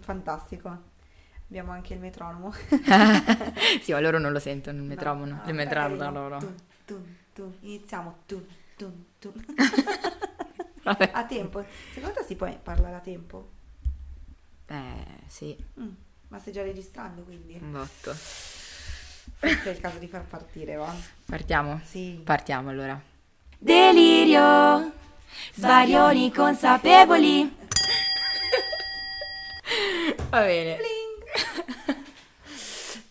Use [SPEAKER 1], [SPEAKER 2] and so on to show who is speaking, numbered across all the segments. [SPEAKER 1] Fantastico. Abbiamo anche il metronomo.
[SPEAKER 2] Sì, ma loro non lo sentono il metronomo,
[SPEAKER 1] No, no,
[SPEAKER 2] il
[SPEAKER 1] è
[SPEAKER 2] metronomo
[SPEAKER 1] carino.
[SPEAKER 2] loro.
[SPEAKER 1] Tum, tum, tum. Iniziamo. Tum, tum, tum.
[SPEAKER 2] Vabbè.
[SPEAKER 1] A tempo. Secondo te si può parlare a tempo?
[SPEAKER 2] Eh, sì,
[SPEAKER 1] Mm, Ma stai già registrando, quindi
[SPEAKER 2] un botto.
[SPEAKER 1] forse è il caso di far partire, va?
[SPEAKER 2] Partiamo?
[SPEAKER 1] Sì.
[SPEAKER 2] Partiamo allora.
[SPEAKER 3] Delirio, svarioni consapevoli.
[SPEAKER 2] Va bene.
[SPEAKER 1] Bling.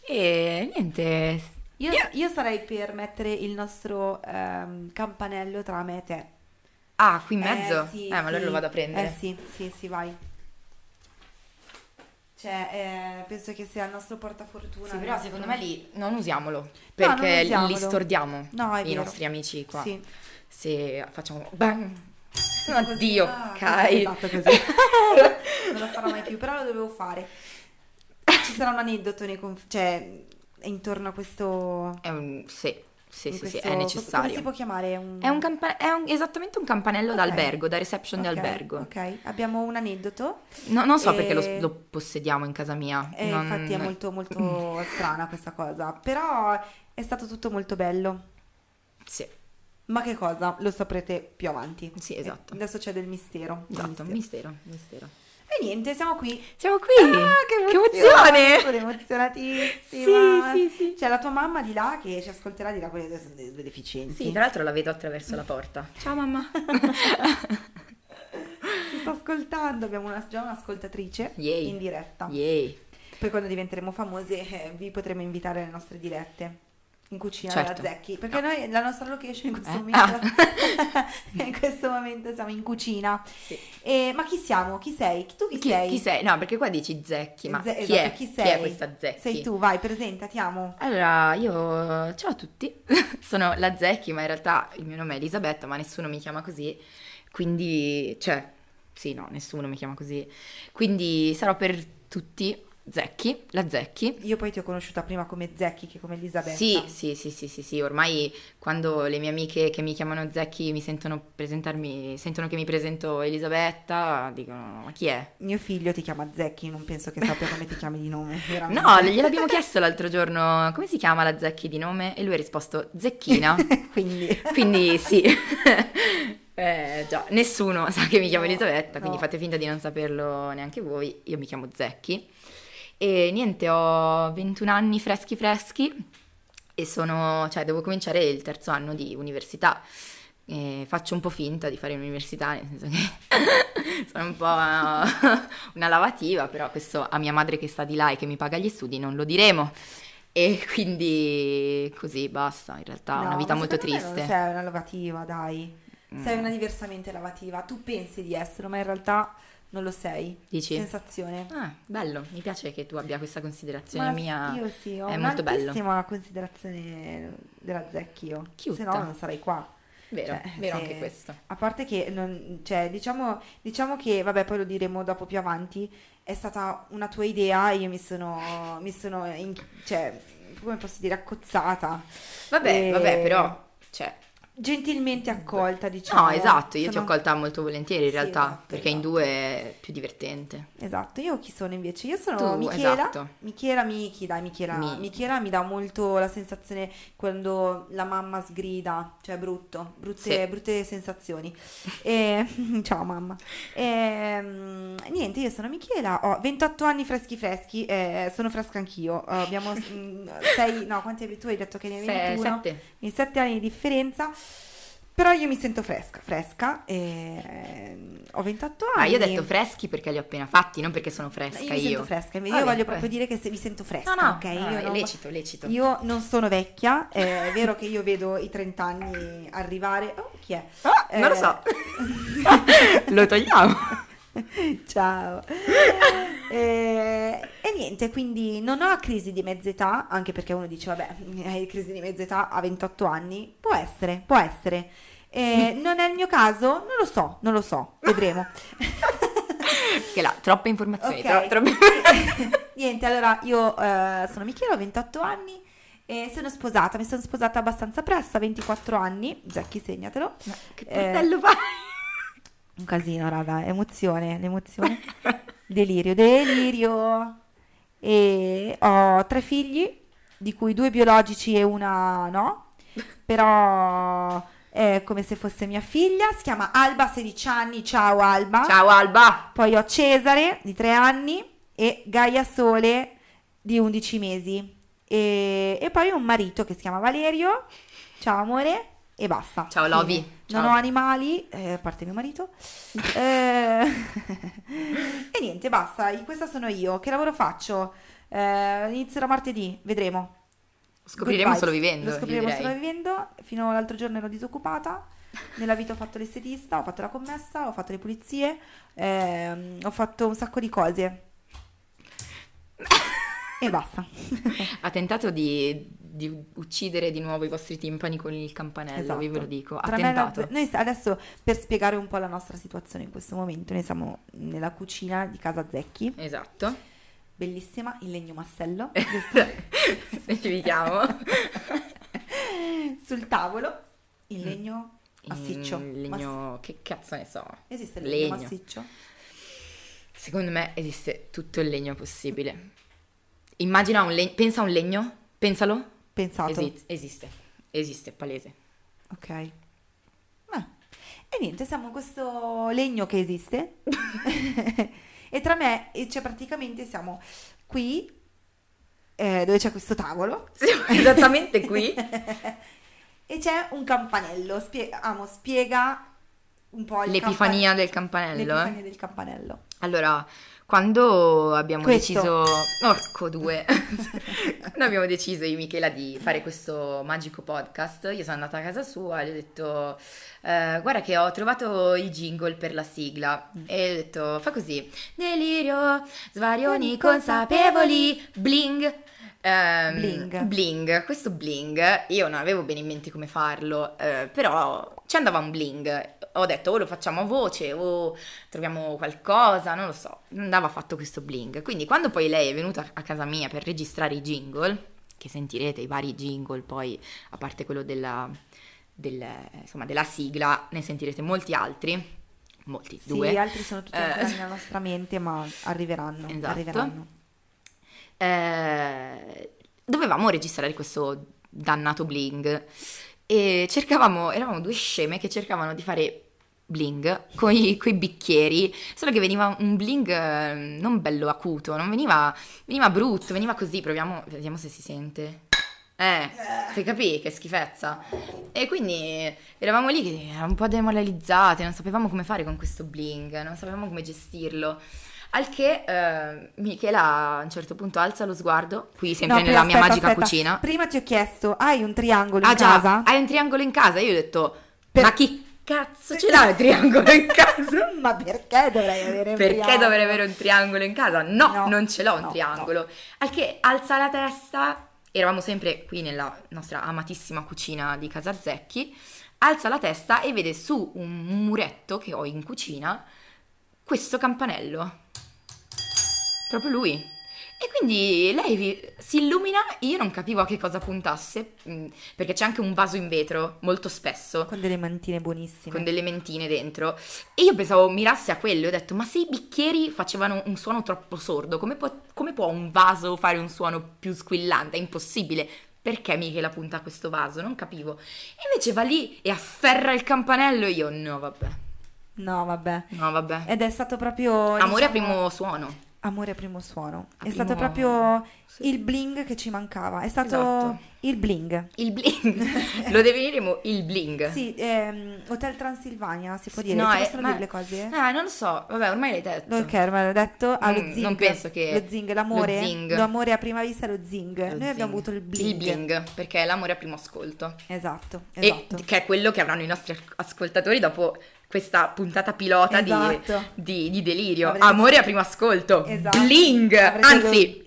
[SPEAKER 2] E niente.
[SPEAKER 1] Io, io sarei per mettere il nostro ehm, campanello tra me e te.
[SPEAKER 2] Ah, qui in mezzo?
[SPEAKER 1] Eh, sì,
[SPEAKER 2] ma allora
[SPEAKER 1] sì.
[SPEAKER 2] lo vado a prendere.
[SPEAKER 1] Eh sì, sì, sì, vai. Cioè, eh, penso che sia il nostro portafortuna.
[SPEAKER 2] Sì,
[SPEAKER 1] il
[SPEAKER 2] però
[SPEAKER 1] nostro-
[SPEAKER 2] secondo me lì non usiamolo perché
[SPEAKER 1] non usiamolo.
[SPEAKER 2] li stordiamo
[SPEAKER 1] No, è
[SPEAKER 2] i
[SPEAKER 1] vero.
[SPEAKER 2] nostri amici qua.
[SPEAKER 1] Sì.
[SPEAKER 2] Se facciamo bang. Oddio,
[SPEAKER 1] Ah,
[SPEAKER 2] Kai.
[SPEAKER 1] Esatto, così. non lo farò mai più, però lo dovevo fare. Ci sarà un aneddoto nei conf- cioè, intorno a questo...
[SPEAKER 2] È un sì, sì,
[SPEAKER 1] in
[SPEAKER 2] Eh, sì, sì,
[SPEAKER 1] questo-
[SPEAKER 2] è
[SPEAKER 1] Come si
[SPEAKER 2] necessario.
[SPEAKER 1] può chiamare? Un...
[SPEAKER 2] È, un campa- è un- esattamente un campanello
[SPEAKER 1] Ok.
[SPEAKER 2] d'albergo, da reception
[SPEAKER 1] Ok,
[SPEAKER 2] di albergo.
[SPEAKER 1] Ok, abbiamo un aneddoto.
[SPEAKER 2] No, non so perché
[SPEAKER 1] E-
[SPEAKER 2] lo, lo possediamo in casa mia.
[SPEAKER 1] E
[SPEAKER 2] non- Mm,
[SPEAKER 1] infatti è molto molto strana questa cosa, però è stato tutto molto bello.
[SPEAKER 2] Sì,
[SPEAKER 1] Ma che cosa? Lo saprete più avanti.
[SPEAKER 2] Sì, esatto.
[SPEAKER 1] Eh, Adesso c'è del mistero. del
[SPEAKER 2] esatto,
[SPEAKER 1] mistero.
[SPEAKER 2] mistero, mistero.
[SPEAKER 1] E niente, siamo qui.
[SPEAKER 2] Siamo qui!
[SPEAKER 1] Ah,
[SPEAKER 2] che
[SPEAKER 1] emozione!
[SPEAKER 2] emozione!
[SPEAKER 1] Sono emozionatissima.
[SPEAKER 2] Sì, sì, sì.
[SPEAKER 1] C'è la tua mamma di là che ci ascolterà di là, quelle sono delle delle deficienti.
[SPEAKER 2] Sì, tra l'altro la vedo attraverso la porta. Ciao mamma!
[SPEAKER 1] Ci sta ascoltando, abbiamo una- già un'ascoltatrice
[SPEAKER 2] Yay.
[SPEAKER 1] in diretta.
[SPEAKER 2] Yay!
[SPEAKER 1] Poi quando diventeremo famose eh, vi potremo invitare alle nostre dirette in cucina
[SPEAKER 2] Certo.
[SPEAKER 1] della Zecchi, perché noi la nostra location in questo,
[SPEAKER 2] Eh? ah.
[SPEAKER 1] momento, in questo momento siamo in cucina. E- ma chi siamo? Chi sei? Tu chi,
[SPEAKER 2] Chi
[SPEAKER 1] sei?
[SPEAKER 2] chi No, perché qua dici Zecchi, ma
[SPEAKER 1] Ze-
[SPEAKER 2] chi,
[SPEAKER 1] esatto,
[SPEAKER 2] è?
[SPEAKER 1] chi
[SPEAKER 2] Chi
[SPEAKER 1] sei?
[SPEAKER 2] è questa Zecchi?
[SPEAKER 1] Sei tu, vai, presentati, amo.
[SPEAKER 2] Allora, io ciao a tutti, sono la Zecchi, ma in realtà il mio nome è Elisabetta, ma nessuno mi chiama così, quindi, cioè, sì, no, nessuno mi chiama così, quindi sarò per tutti Zecchi, la Zecchi.
[SPEAKER 1] Io poi ti ho conosciuta prima come Zecchi che come Elisabetta.
[SPEAKER 2] Sì, sì, sì, sì, sì, sì, ormai quando le mie amiche che mi chiamano Zecchi mi sentono presentarmi, sentono che mi presento Elisabetta, dicono, ma chi è?
[SPEAKER 1] Mio figlio ti chiama Zecchi, non penso che sappia come ti chiami di nome. veramente.
[SPEAKER 2] No, gliel'abbiamo chiesto l'altro giorno, come si chiama la Zecchi di nome? E lui ha risposto, Zecchina.
[SPEAKER 1] Quindi
[SPEAKER 2] Quindi sì, Eh, già, nessuno sa che mi chiamo
[SPEAKER 1] No,
[SPEAKER 2] Elisabetta, quindi
[SPEAKER 1] no.
[SPEAKER 2] fate finta di non saperlo neanche voi, io mi chiamo Zecchi e niente, ho 21 anni freschi freschi e sono, cioè devo cominciare il terzo anno di università. E faccio un po' finta di fare l'università, nel senso che sono un po' una lavativa, però questo a mia madre che sta di là e che mi paga gli studi non lo diremo. E quindi così basta, in realtà
[SPEAKER 1] No,
[SPEAKER 2] una vita
[SPEAKER 1] ma
[SPEAKER 2] molto
[SPEAKER 1] secondo me non
[SPEAKER 2] triste. Mm.
[SPEAKER 1] sei una lavativa, dai. Sei una diversamente lavativa. Tu pensi di esserlo, ma in realtà non lo sei.
[SPEAKER 2] Dici?
[SPEAKER 1] Sensazione.
[SPEAKER 2] Ah, bello, mi piace che tu abbia questa considerazione
[SPEAKER 1] Ma
[SPEAKER 2] mia.
[SPEAKER 1] io sì, ho
[SPEAKER 2] è molto bello.
[SPEAKER 1] un'altissima considerazione della Zecchi io.
[SPEAKER 2] Cute.
[SPEAKER 1] Se no non sarei qua.
[SPEAKER 2] Vero,
[SPEAKER 1] Cioè,
[SPEAKER 2] vero
[SPEAKER 1] se-
[SPEAKER 2] anche questo.
[SPEAKER 1] A parte che, non- cioè, diciamo, diciamo che, vabbè, poi lo diremo dopo più avanti, è stata una tua idea e io mi sono, mi sono in- cioè, come posso dire, accozzata.
[SPEAKER 2] Vabbè,
[SPEAKER 1] E-
[SPEAKER 2] vabbè, però, cioè,
[SPEAKER 1] Gentilmente accolta, diciamo.
[SPEAKER 2] no, esatto, io ti ho
[SPEAKER 1] Sono-
[SPEAKER 2] accolta molto volentieri in
[SPEAKER 1] Sì,
[SPEAKER 2] realtà,
[SPEAKER 1] esatto,
[SPEAKER 2] perché in
[SPEAKER 1] esatto.
[SPEAKER 2] due è più divertente.
[SPEAKER 1] Esatto, io chi sono invece? Io sono
[SPEAKER 2] Tu,
[SPEAKER 1] Michela.
[SPEAKER 2] esatto.
[SPEAKER 1] Michela Michi, dai, Michela.
[SPEAKER 2] Mi-
[SPEAKER 1] Michela mi dà molto la sensazione quando la mamma sgrida, cioè brutto, brutte,
[SPEAKER 2] Sì.
[SPEAKER 1] brutte sensazioni. E- ciao mamma. Ehm, niente, io sono Michela, ho 28 anni freschi freschi, eh, sono fresca anch'io. Eh, Abbiamo 6, no, quanti hai- tu hai detto che ne hai
[SPEAKER 2] Se-
[SPEAKER 1] 21?
[SPEAKER 2] sette.
[SPEAKER 1] Quindi 7 anni di differenza. Però io mi sento fresca, fresca, e mm, ho 28 anni.
[SPEAKER 2] Ah, io ho detto freschi perché li ho appena fatti, non perché sono
[SPEAKER 1] No,
[SPEAKER 2] fresca
[SPEAKER 1] Io mi sento fresca, invece
[SPEAKER 2] Vabbè,
[SPEAKER 1] io voglio
[SPEAKER 2] vabbè.
[SPEAKER 1] proprio dire che se mi sento fresca,
[SPEAKER 2] No, no,
[SPEAKER 1] ok?
[SPEAKER 2] no,
[SPEAKER 1] io, non,
[SPEAKER 2] lecito, lecito.
[SPEAKER 1] io non sono vecchia, eh, è vero che io vedo i 30 anni arrivare. Oh, chi è?
[SPEAKER 2] Ah, non lo
[SPEAKER 1] Eh,
[SPEAKER 2] so. lo togliamo.
[SPEAKER 1] Ciao. Eh, e niente, quindi non ho crisi di mezz'età, anche perché uno dice, vabbè, hai crisi di mezz'età a 28 anni, può essere, può essere. Eh, non è il mio caso? Non lo so, non lo so, vedremo.
[SPEAKER 2] Che là, troppe informazioni,
[SPEAKER 1] Ok.
[SPEAKER 2] tro- troppe...
[SPEAKER 1] Niente, allora io eh, sono Michela, ho 28 anni e sono sposata, mi sono sposata abbastanza presto, a 24 anni, Jackie segnatelo.
[SPEAKER 2] Ma che
[SPEAKER 1] Eh,
[SPEAKER 2] portello fai?
[SPEAKER 1] Un casino, raga, emozione, l'emozione. Delirio, delirio. E ho tre figli, di cui due biologici e una no, però è come se fosse mia figlia, si chiama Alba, 16 anni, ciao Alba.
[SPEAKER 2] Ciao Alba!
[SPEAKER 1] Poi ho Cesare di 3 anni e Gaia Sole di 11 mesi. E, e poi un marito che si chiama Valerio. Ciao amore e basta.
[SPEAKER 2] Ciao,
[SPEAKER 1] Fine.
[SPEAKER 2] Lovi.
[SPEAKER 1] Non
[SPEAKER 2] Ciao.
[SPEAKER 1] ho animali, eh, a parte mio marito. Eh, e niente, basta. I- Questa sono io. Che lavoro faccio? Eh, inizierò martedì, vedremo.
[SPEAKER 2] Scopriremo
[SPEAKER 1] Good
[SPEAKER 2] solo
[SPEAKER 1] vibes.
[SPEAKER 2] vivendo,
[SPEAKER 1] Lo
[SPEAKER 2] io
[SPEAKER 1] scopriremo
[SPEAKER 2] direi.
[SPEAKER 1] solo vivendo. Fino all'altro giorno ero disoccupata. Nella vita ho fatto l'estetista, ho fatto la commessa, ho fatto le pulizie, ehm, ho fatto un sacco di cose. e basta.
[SPEAKER 2] Ha tentato di, di uccidere di nuovo i vostri timpani con il campanello,
[SPEAKER 1] Esatto.
[SPEAKER 2] vi ve lo dico. Ha
[SPEAKER 1] Tra me e la
[SPEAKER 2] tentato.
[SPEAKER 1] ze- noi sta- adesso per spiegare un po' la nostra situazione in questo momento, noi siamo nella cucina di casa Zecchi,
[SPEAKER 2] Esatto.
[SPEAKER 1] bellissima, in legno massello,
[SPEAKER 2] Specifichiamo.
[SPEAKER 1] sul tavolo, in legno massiccio.
[SPEAKER 2] Mm. In
[SPEAKER 1] Mass-
[SPEAKER 2] legno, che cazzo ne so.
[SPEAKER 1] esiste il legno,
[SPEAKER 2] legno.
[SPEAKER 1] massiccio?
[SPEAKER 2] Secondo me esiste tutto il legno possibile. Immagina un legno, pensa a un legno, pensalo.
[SPEAKER 1] Pensato.
[SPEAKER 2] Esi- esiste, esiste, palese.
[SPEAKER 1] Ok. Ah. E niente, siamo in questo legno che esiste. e tra me, e cioè praticamente siamo qui, eh, dove c'è questo tavolo.
[SPEAKER 2] Siamo esattamente qui.
[SPEAKER 1] e c'è un campanello. Spie- Amo, spiega un po' il
[SPEAKER 2] L'epifania del
[SPEAKER 1] campan-
[SPEAKER 2] campanello. eh.
[SPEAKER 1] l'epifania del campanello.
[SPEAKER 2] Allora, quando abbiamo
[SPEAKER 1] Questo.
[SPEAKER 2] deciso, orco due, quando abbiamo deciso io e Michela di fare questo magico podcast, io sono andata a casa sua e gli ho detto, "Eh, guarda che ho trovato il jingle per la sigla e ho detto, fa così, delirio, svarioni consapevoli, bling. Ehm,
[SPEAKER 1] Bling.
[SPEAKER 2] bling. questo bling io non avevo bene in mente come farlo, eh, però ci andava un bling. Ho detto o lo facciamo a voce o troviamo qualcosa, non lo so, andava fatto questo bling. Quindi quando poi lei è venuta a casa mia per registrare i jingle, che sentirete i vari jingle poi, a parte quello della, del- insomma, della sigla, ne sentirete molti altri, molti,
[SPEAKER 1] Sì,
[SPEAKER 2] due.
[SPEAKER 1] gli altri sono tutti
[SPEAKER 2] Eh.
[SPEAKER 1] ancora nella nostra mente, ma arriveranno.
[SPEAKER 2] Esatto.
[SPEAKER 1] arriveranno.
[SPEAKER 2] eh, dovevamo registrare questo dannato bling e cercavamo, eravamo due sceme che cercavano di fare bling con i bicchieri, solo che veniva un bling eh, non bello acuto, non veniva, veniva brutto, veniva così, proviamo, vediamo se si sente. Eh, ti capì che schifezza. E quindi eravamo lì che eravamo un po' demoralizzate, non sapevamo come fare con questo bling, non sapevamo come gestirlo. Al che eh, Michela a un certo punto alza lo sguardo, qui sempre
[SPEAKER 1] No,
[SPEAKER 2] nella
[SPEAKER 1] prima-
[SPEAKER 2] mia
[SPEAKER 1] aspetta,
[SPEAKER 2] magica
[SPEAKER 1] aspetta.
[SPEAKER 2] cucina.
[SPEAKER 1] Prima ti ho chiesto, hai un triangolo
[SPEAKER 2] Ah
[SPEAKER 1] in
[SPEAKER 2] già,
[SPEAKER 1] casa?
[SPEAKER 2] hai un triangolo in casa? Io ho detto,
[SPEAKER 1] Per-
[SPEAKER 2] ma chi cazzo ce l'ha il triangolo in casa?
[SPEAKER 1] ma perché dovrei avere un
[SPEAKER 2] Perché
[SPEAKER 1] triangolo?
[SPEAKER 2] dovrei avere un triangolo in casa? No,
[SPEAKER 1] No,
[SPEAKER 2] non ce l'ho un
[SPEAKER 1] no,
[SPEAKER 2] triangolo. Al che alza la testa, eravamo sempre qui nella nostra amatissima cucina di casa Zecchi, alza la testa e vede su un muretto che ho in cucina questo campanello. Proprio lui. E quindi lei vi- si illumina, io non capivo a che cosa puntasse, mh, perché c'è anche un vaso in vetro, molto spesso
[SPEAKER 1] Con delle mantine buonissime.
[SPEAKER 2] con delle mentine dentro. E io pensavo mirasse a quello, e ho detto, ma se i bicchieri facevano un suono troppo sordo, come può, come può un vaso fare un suono più squillante? È impossibile. Perché Michela punta a questo vaso? Non capivo. E invece va lì e afferra il campanello e io, no vabbè,
[SPEAKER 1] No, vabbè.
[SPEAKER 2] no vabbè.
[SPEAKER 1] Ed è stato proprio...
[SPEAKER 2] Amore a
[SPEAKER 1] Eh, diciamo,
[SPEAKER 2] primo suono.
[SPEAKER 1] Amore a primo suono.
[SPEAKER 2] A
[SPEAKER 1] è stato
[SPEAKER 2] primo-
[SPEAKER 1] proprio
[SPEAKER 2] sì.
[SPEAKER 1] il bling che ci mancava. È stato
[SPEAKER 2] Esatto.
[SPEAKER 1] il bling.
[SPEAKER 2] Il bling. Lo definiremo il bling.
[SPEAKER 1] Sì, ehm, Hotel Transilvania, si può dire.
[SPEAKER 2] No,
[SPEAKER 1] si
[SPEAKER 2] eh,
[SPEAKER 1] possono
[SPEAKER 2] ma-
[SPEAKER 1] dire le cose?
[SPEAKER 2] Ah, non lo so, vabbè, ormai l'hai detto.
[SPEAKER 1] Ok, ormai l'ho detto. Ah, lo
[SPEAKER 2] Mm, non
[SPEAKER 1] zing.
[SPEAKER 2] penso che-
[SPEAKER 1] Lo zing, l'amore.
[SPEAKER 2] lo zing.
[SPEAKER 1] L'amore a prima vista è lo zing. Noi abbiamo avuto il bling.
[SPEAKER 2] Il bling, perché è l'amore a primo ascolto.
[SPEAKER 1] Esatto,
[SPEAKER 2] E
[SPEAKER 1] esatto.
[SPEAKER 2] che è quello che avranno i nostri ascoltatori dopo questa puntata pilota di-
[SPEAKER 1] Esatto.
[SPEAKER 2] di, di delirio.
[SPEAKER 1] Avrete-
[SPEAKER 2] Amore a primo ascolto.
[SPEAKER 1] Esatto.
[SPEAKER 2] Bling!
[SPEAKER 1] Avrete
[SPEAKER 2] Anzi,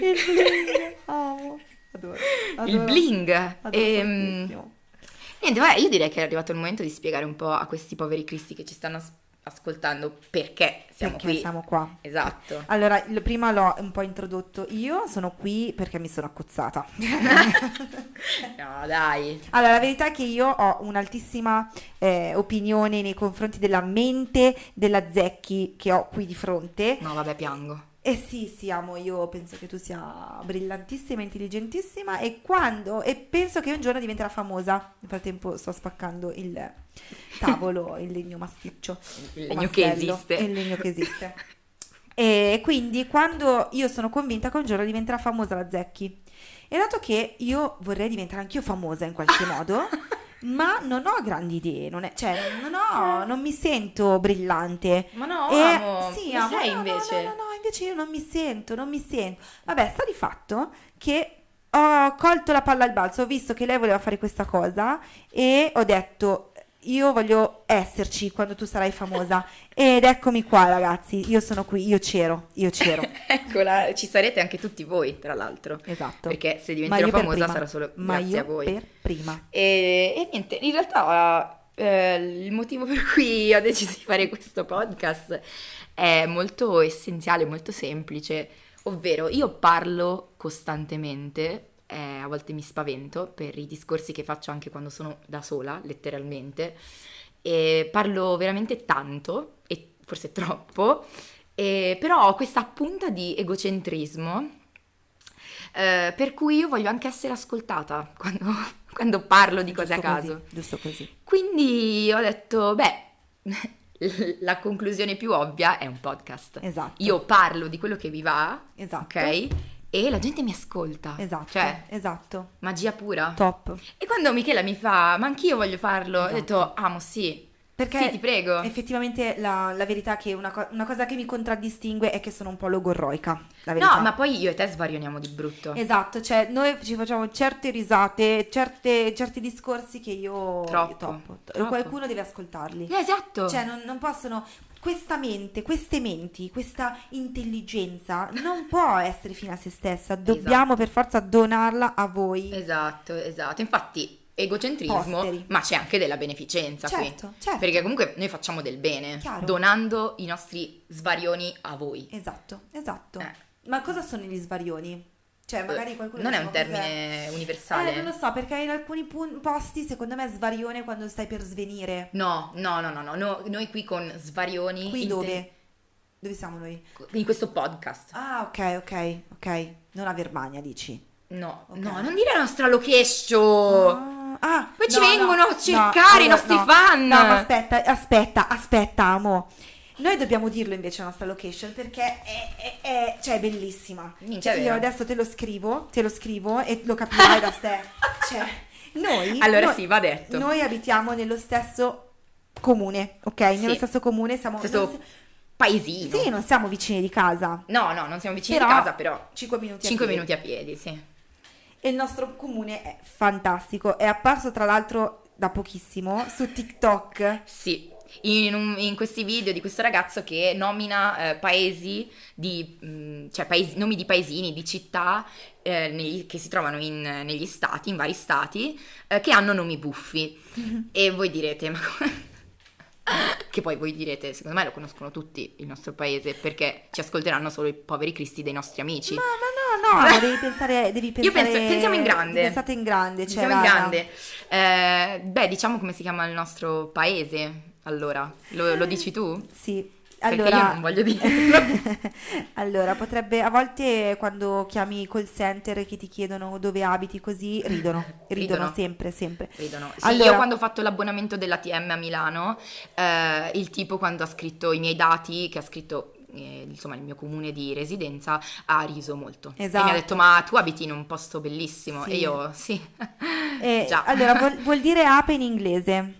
[SPEAKER 1] Il bling. Amo. Adoro.
[SPEAKER 2] il
[SPEAKER 1] adoro,
[SPEAKER 2] bling.
[SPEAKER 1] adoro
[SPEAKER 2] Ehm,
[SPEAKER 1] fortissimo.
[SPEAKER 2] niente, vabbè, io direi che è arrivato il momento di spiegare un po' a questi poveri cristi che ci stanno as- ascoltando perché siamo
[SPEAKER 1] perché
[SPEAKER 2] qui.
[SPEAKER 1] siamo qua.
[SPEAKER 2] Esatto.
[SPEAKER 1] Allora, il- prima l'ho un po' introdotto io, sono qui perché mi sono accozzata. Eh.
[SPEAKER 2] No, dai.
[SPEAKER 1] Allora, la verità è che io ho un'altissima eh, opinione nei confronti della mente della Zecchi che ho qui di fronte.
[SPEAKER 2] No, vabbè, piango.
[SPEAKER 1] Eh sì, sì, amo, io penso che tu sia brillantissima, intelligentissima e quando, e penso che un giorno diventerà famosa. Nel frattempo sto spaccando il tavolo, il legno massiccio.
[SPEAKER 2] Il
[SPEAKER 1] o
[SPEAKER 2] legno che
[SPEAKER 1] massello,
[SPEAKER 2] esiste.
[SPEAKER 1] Il legno che esiste. E quindi quando io sono convinta che un giorno diventerà famosa la Zecchi. E dato che io vorrei diventare anch'io famosa in qualche modo, ma non ho grandi idee, non è- cioè non
[SPEAKER 2] Eh.
[SPEAKER 1] ho, non mi sento brillante.
[SPEAKER 2] Ma no,
[SPEAKER 1] Eh,
[SPEAKER 2] amo.
[SPEAKER 1] sì,
[SPEAKER 2] Lo
[SPEAKER 1] amo.
[SPEAKER 2] sai
[SPEAKER 1] No, no,
[SPEAKER 2] invece?
[SPEAKER 1] No, no, no, invece io non mi sento, non mi sento. Vabbè, sta di fatto che ho colto la palla al balzo, ho visto che lei voleva fare questa cosa e ho detto io voglio esserci quando tu sarai famosa ed eccomi qua ragazzi, io sono qui, io c'ero, io c'ero.
[SPEAKER 2] Eccola, ci sarete anche tutti voi, tra l'altro.
[SPEAKER 1] Esatto.
[SPEAKER 2] Perché se
[SPEAKER 1] Ma
[SPEAKER 2] diventerò
[SPEAKER 1] io per
[SPEAKER 2] famosa
[SPEAKER 1] prima.
[SPEAKER 2] sarà solo
[SPEAKER 1] Ma
[SPEAKER 2] grazie
[SPEAKER 1] io
[SPEAKER 2] a voi.
[SPEAKER 1] per prima.
[SPEAKER 2] E, e niente, in realtà eh, il motivo per cui ho deciso di fare questo podcast è molto essenziale, molto semplice, ovvero io parlo costantemente, eh, a volte mi spavento per i discorsi che faccio anche quando sono da sola, letteralmente, e parlo veramente tanto, e forse troppo, e però ho questa punta di egocentrismo eh, per cui io voglio anche essere ascoltata quando, quando parlo di cose a
[SPEAKER 1] Giusto
[SPEAKER 2] caso.
[SPEAKER 1] così, giusto così.
[SPEAKER 2] Quindi ho detto, beh, la conclusione più ovvia è un podcast.
[SPEAKER 1] Esatto.
[SPEAKER 2] Io parlo di quello che vi va,
[SPEAKER 1] Esatto.
[SPEAKER 2] ok? E la gente mi ascolta.
[SPEAKER 1] Esatto.
[SPEAKER 2] Cioè,
[SPEAKER 1] Esatto.
[SPEAKER 2] magia pura.
[SPEAKER 1] Top.
[SPEAKER 2] E quando Michela mi fa, ma anch'io voglio farlo, ho
[SPEAKER 1] Esatto.
[SPEAKER 2] detto, amo sì.
[SPEAKER 1] Perché
[SPEAKER 2] Sì, ti prego.
[SPEAKER 1] Effettivamente la, la verità è che una, co- una cosa che mi contraddistingue è che sono un po' logorroica. La verità.
[SPEAKER 2] No, ma poi io e te svarioniamo di brutto.
[SPEAKER 1] Esatto, cioè noi ci facciamo certe risate, certe- certi discorsi che io...
[SPEAKER 2] Troppo,
[SPEAKER 1] io toppo.
[SPEAKER 2] troppo.
[SPEAKER 1] Qualcuno deve ascoltarli.
[SPEAKER 2] Eh, esatto.
[SPEAKER 1] Cioè non, non possono... Questa mente, queste menti, questa intelligenza non può essere fine a se stessa. Dobbiamo per forza donarla a voi.
[SPEAKER 2] Esatto, esatto. Infatti, egocentrismo,
[SPEAKER 1] Posteri.
[SPEAKER 2] ma c'è anche della beneficenza qui.
[SPEAKER 1] certo, certo.
[SPEAKER 2] Perché comunque noi facciamo del bene,
[SPEAKER 1] Chiaro.
[SPEAKER 2] donando i nostri svarioni a voi.
[SPEAKER 1] Esatto, esatto.
[SPEAKER 2] Eh.
[SPEAKER 1] Ma cosa sono gli svarioni? Cioè magari qualcuno...
[SPEAKER 2] non è
[SPEAKER 1] dice,
[SPEAKER 2] un
[SPEAKER 1] "Ma cos'è?"
[SPEAKER 2] termine universale.
[SPEAKER 1] Eh, non lo so, perché in alcuni pun- posti secondo me è svarione quando stai per svenire.
[SPEAKER 2] No, no, no, no, no, no, noi qui con svarioni
[SPEAKER 1] Qui
[SPEAKER 2] in te-
[SPEAKER 1] dove? Dove siamo noi?
[SPEAKER 2] in questo podcast.
[SPEAKER 1] Ah, ok, ok, ok. Non a Verbania, dici.
[SPEAKER 2] No,
[SPEAKER 1] Ok.
[SPEAKER 2] no, non dire la nostra
[SPEAKER 1] Ah,
[SPEAKER 2] location.
[SPEAKER 1] ah,
[SPEAKER 2] Oh. Poi ci vengono a cercare i nostri fan.
[SPEAKER 1] No, ma aspetta, aspetta, aspetta, amo. Noi dobbiamo dirlo invece la nostra location perché è, è- è- cioè, è bellissima.
[SPEAKER 2] Minchia,
[SPEAKER 1] Cioè,
[SPEAKER 2] è
[SPEAKER 1] io
[SPEAKER 2] vero.
[SPEAKER 1] adesso te lo scrivo, te lo scrivo e lo capirai da te. Cioè, noi...
[SPEAKER 2] Allora
[SPEAKER 1] noi-
[SPEAKER 2] sì, va detto.
[SPEAKER 1] Noi abitiamo nello stesso comune, ok? Nello
[SPEAKER 2] Sì.
[SPEAKER 1] stesso comune siamo...
[SPEAKER 2] Stesso
[SPEAKER 1] non si-
[SPEAKER 2] Paesino.
[SPEAKER 1] Sì, non siamo vicini di casa.
[SPEAKER 2] No, no, non siamo vicini
[SPEAKER 1] Però-
[SPEAKER 2] a casa, però
[SPEAKER 1] 5 minuti. a
[SPEAKER 2] 5
[SPEAKER 1] piedi.
[SPEAKER 2] minuti a piedi, sì.
[SPEAKER 1] E il nostro comune è fantastico. È apparso tra l'altro da pochissimo su TikTok.
[SPEAKER 2] Sì, in, un- in questi video di questo ragazzo che nomina eh, paesi di, mh, cioè paesi- nomi di paesini, di città eh, negli- che si trovano in- negli stati, in vari stati, eh, che hanno nomi buffi. E voi direte, ma come? Che poi voi direte, secondo me lo conoscono tutti il nostro paese perché ci ascolteranno solo i poveri cristi dei nostri amici.
[SPEAKER 1] Ma, ma no, no, devi pensare, devi
[SPEAKER 2] Ah. Io
[SPEAKER 1] pensare.
[SPEAKER 2] penso, pensiamo in grande.
[SPEAKER 1] Pensate in grande, cioè,
[SPEAKER 2] Pensiamo in
[SPEAKER 1] raga.
[SPEAKER 2] grande. Eh, beh, diciamo come si chiama il nostro paese. Allora, lo, lo dici tu?
[SPEAKER 1] Sì.
[SPEAKER 2] Perché
[SPEAKER 1] Allora,
[SPEAKER 2] io non voglio dirlo.
[SPEAKER 1] allora, potrebbe a volte quando chiami i call center che ti chiedono dove abiti così, ridono, ridono,
[SPEAKER 2] Ridono.
[SPEAKER 1] sempre, sempre.
[SPEAKER 2] Vedono. Sì,
[SPEAKER 1] Allora-
[SPEAKER 2] io quando ho fatto l'abbonamento dell'ATM a Milano, eh, il tipo quando ha scritto i miei dati, che ha scritto eh, insomma il mio comune di residenza, ha riso molto. E mi
[SPEAKER 1] Esatto.
[SPEAKER 2] ha detto, ma tu abiti in un posto bellissimo.
[SPEAKER 1] Sì.
[SPEAKER 2] E io, sì.
[SPEAKER 1] Eh,
[SPEAKER 2] Già.
[SPEAKER 1] Allora, vuol, vuol dire ape in inglese,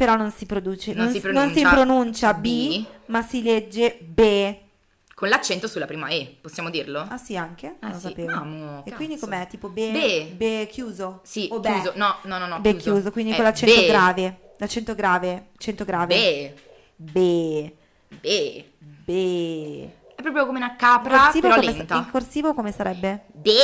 [SPEAKER 1] però non si produce,
[SPEAKER 2] Non
[SPEAKER 1] non,
[SPEAKER 2] si
[SPEAKER 1] si, non si
[SPEAKER 2] pronuncia
[SPEAKER 1] pronuncia B,
[SPEAKER 2] B.
[SPEAKER 1] ma si legge be.
[SPEAKER 2] Con l'accento sulla prima E, possiamo dirlo?
[SPEAKER 1] Ah sì, anche?
[SPEAKER 2] Ah,
[SPEAKER 1] non lo
[SPEAKER 2] sì.
[SPEAKER 1] sapevo.
[SPEAKER 2] Mammo,
[SPEAKER 1] e
[SPEAKER 2] cazzo.
[SPEAKER 1] quindi com'è? Tipo be,
[SPEAKER 2] Be.
[SPEAKER 1] be chiuso?
[SPEAKER 2] Sì,
[SPEAKER 1] O be?
[SPEAKER 2] chiuso. No, no, no, no,
[SPEAKER 1] Be
[SPEAKER 2] chiuso.
[SPEAKER 1] chiuso, quindi
[SPEAKER 2] Eh,
[SPEAKER 1] con l'accento
[SPEAKER 2] be.
[SPEAKER 1] grave. L'accento grave, accento grave.
[SPEAKER 2] Beh,
[SPEAKER 1] Be.
[SPEAKER 2] beh.
[SPEAKER 1] Be.
[SPEAKER 2] È proprio come una
[SPEAKER 1] In
[SPEAKER 2] capra,
[SPEAKER 1] corsivo
[SPEAKER 2] però
[SPEAKER 1] come-
[SPEAKER 2] lenta.
[SPEAKER 1] in corsivo come sarebbe?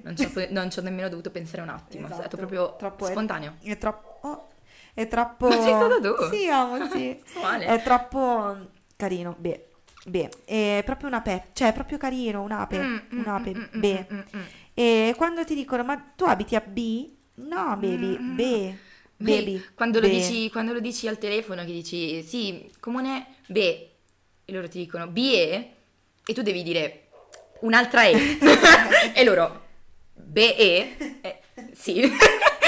[SPEAKER 1] B. Grazie.
[SPEAKER 2] Non ci ho, non ci ho nemmeno dovuto pensare un attimo, è
[SPEAKER 1] Esatto,
[SPEAKER 2] stato proprio
[SPEAKER 1] troppo è-
[SPEAKER 2] spontaneo.
[SPEAKER 1] È troppo... oh, è troppo...
[SPEAKER 2] Ma sei stata tu?
[SPEAKER 1] Sì, amo, sì.
[SPEAKER 2] Sto male.
[SPEAKER 1] È troppo carino, beh. Beh, è proprio un'ape, cioè è proprio carino, un'ape,
[SPEAKER 2] Mm, mm,
[SPEAKER 1] un'ape,
[SPEAKER 2] mm, mm,
[SPEAKER 1] beh.
[SPEAKER 2] mm, mm, mm.
[SPEAKER 1] E quando ti dicono, ma tu abiti a B? No, baby,
[SPEAKER 2] Mm.
[SPEAKER 1] B,
[SPEAKER 2] Beh,
[SPEAKER 1] baby,
[SPEAKER 2] quando, lo
[SPEAKER 1] beh.
[SPEAKER 2] dici, quando lo dici al telefono, che dici sì, comune B, e loro ti dicono BE, e tu devi dire un'altra E, e loro BE, eh, sì,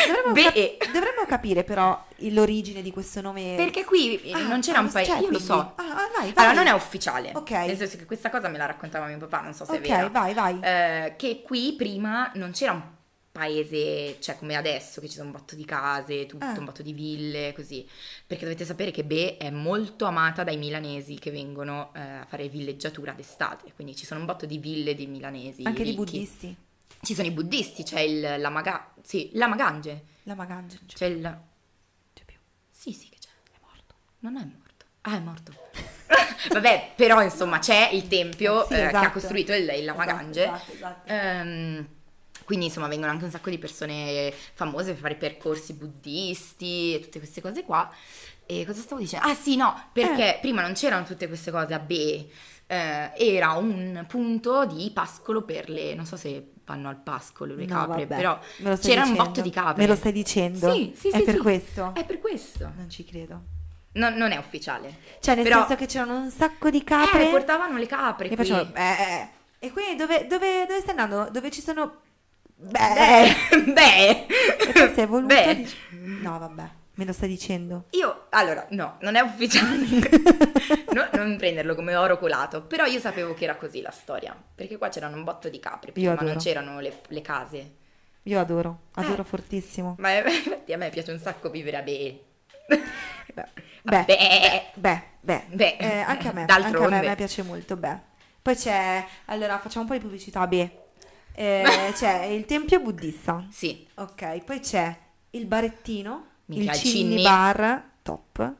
[SPEAKER 1] Dovremmo, cap-
[SPEAKER 2] BE.
[SPEAKER 1] dovremmo capire però il- l'origine di questo nome.
[SPEAKER 2] Perché qui eh,
[SPEAKER 1] Ah,
[SPEAKER 2] non c'era
[SPEAKER 1] ah,
[SPEAKER 2] un paese,
[SPEAKER 1] cioè,
[SPEAKER 2] io lo
[SPEAKER 1] quindi-
[SPEAKER 2] so.
[SPEAKER 1] Ah, ah, vai, vai.
[SPEAKER 2] Allora, non è ufficiale,
[SPEAKER 1] Ok.
[SPEAKER 2] nel senso che questa cosa me la raccontava mio papà, non so se
[SPEAKER 1] Ok,
[SPEAKER 2] è vera.
[SPEAKER 1] vai, vai.
[SPEAKER 2] Eh, che qui prima non c'era un paese, cioè come adesso, che ci sono un botto di case, tutto,
[SPEAKER 1] Ah.
[SPEAKER 2] un botto di ville, così. Perché dovete sapere che Be è molto amata dai milanesi che vengono eh, a fare villeggiatura d'estate, quindi ci sono un botto di ville di milanesi.
[SPEAKER 1] Anche di
[SPEAKER 2] ricchi.
[SPEAKER 1] buddisti.
[SPEAKER 2] Ci sono i buddisti, c'è il, la, maga- sì, la Magange,
[SPEAKER 1] La Magangia non c'è,
[SPEAKER 2] c'è il...
[SPEAKER 1] non
[SPEAKER 2] Cioè
[SPEAKER 1] c'è più.
[SPEAKER 2] Sì, sì che c'è, è morto. Non è morto. Ah, è morto. Vabbè, però insomma c'è il tempio
[SPEAKER 1] Sì,
[SPEAKER 2] eh, che ha
[SPEAKER 1] esatto.
[SPEAKER 2] costruito il, eh. il Lamagange.
[SPEAKER 1] Esatto, esatto, esatto.
[SPEAKER 2] Ehm, quindi insomma vengono anche un sacco di persone famose per fare percorsi buddisti e tutte queste cose qua. E cosa stavo dicendo? Ah sì, no, perché
[SPEAKER 1] Eh.
[SPEAKER 2] prima non c'erano tutte queste cose a Be. eh, era un punto di pascolo per le... non so se vanno al pascolo le
[SPEAKER 1] No,
[SPEAKER 2] capre,
[SPEAKER 1] vabbè,
[SPEAKER 2] però
[SPEAKER 1] me lo stai
[SPEAKER 2] c'era un
[SPEAKER 1] dicendo.
[SPEAKER 2] botto di capre.
[SPEAKER 1] Me lo stai dicendo?
[SPEAKER 2] Sì, sì,
[SPEAKER 1] È
[SPEAKER 2] sì, Eh.
[SPEAKER 1] per
[SPEAKER 2] sì.
[SPEAKER 1] questo?
[SPEAKER 2] È per questo.
[SPEAKER 1] Non ci credo.
[SPEAKER 2] No, non è ufficiale.
[SPEAKER 1] Cioè, nel
[SPEAKER 2] Però-
[SPEAKER 1] senso che c'erano un sacco di
[SPEAKER 2] Eh,
[SPEAKER 1] capre.
[SPEAKER 2] portavano le capre
[SPEAKER 1] e
[SPEAKER 2] qui.
[SPEAKER 1] facevano. "Eh, eh, eh". E quindi dove, dove, dove stai andando? Dove ci sono. Beh.
[SPEAKER 2] Beh, beh.
[SPEAKER 1] E poi se è voluto.
[SPEAKER 2] Beh.
[SPEAKER 1] dici- No, vabbè, me lo stai dicendo.
[SPEAKER 2] Io, allora, no, non è ufficiale. No, non prenderlo come oro colato. Però io sapevo che era così la storia. Perché qua c'erano un botto di capre. Prima
[SPEAKER 1] adoro.
[SPEAKER 2] non c'erano le, le case.
[SPEAKER 1] Io adoro, adoro
[SPEAKER 2] Eh.
[SPEAKER 1] fortissimo.
[SPEAKER 2] Ma eh, infatti a me piace un sacco vivere a Be.
[SPEAKER 1] Beh,
[SPEAKER 2] Beh.
[SPEAKER 1] beh, beh, beh,
[SPEAKER 2] Beh.
[SPEAKER 1] Eh, anche a me, anche a
[SPEAKER 2] D'altronde.
[SPEAKER 1] me, a me piace molto, beh. Poi c'è, allora facciamo un po' di pubblicità, beh. Eh, c'è il tempio buddista,
[SPEAKER 2] Sì.
[SPEAKER 1] ok, poi c'è il barettino,
[SPEAKER 2] Minchia,
[SPEAKER 1] il
[SPEAKER 2] il
[SPEAKER 1] cinni
[SPEAKER 2] Cinni.
[SPEAKER 1] bar, top.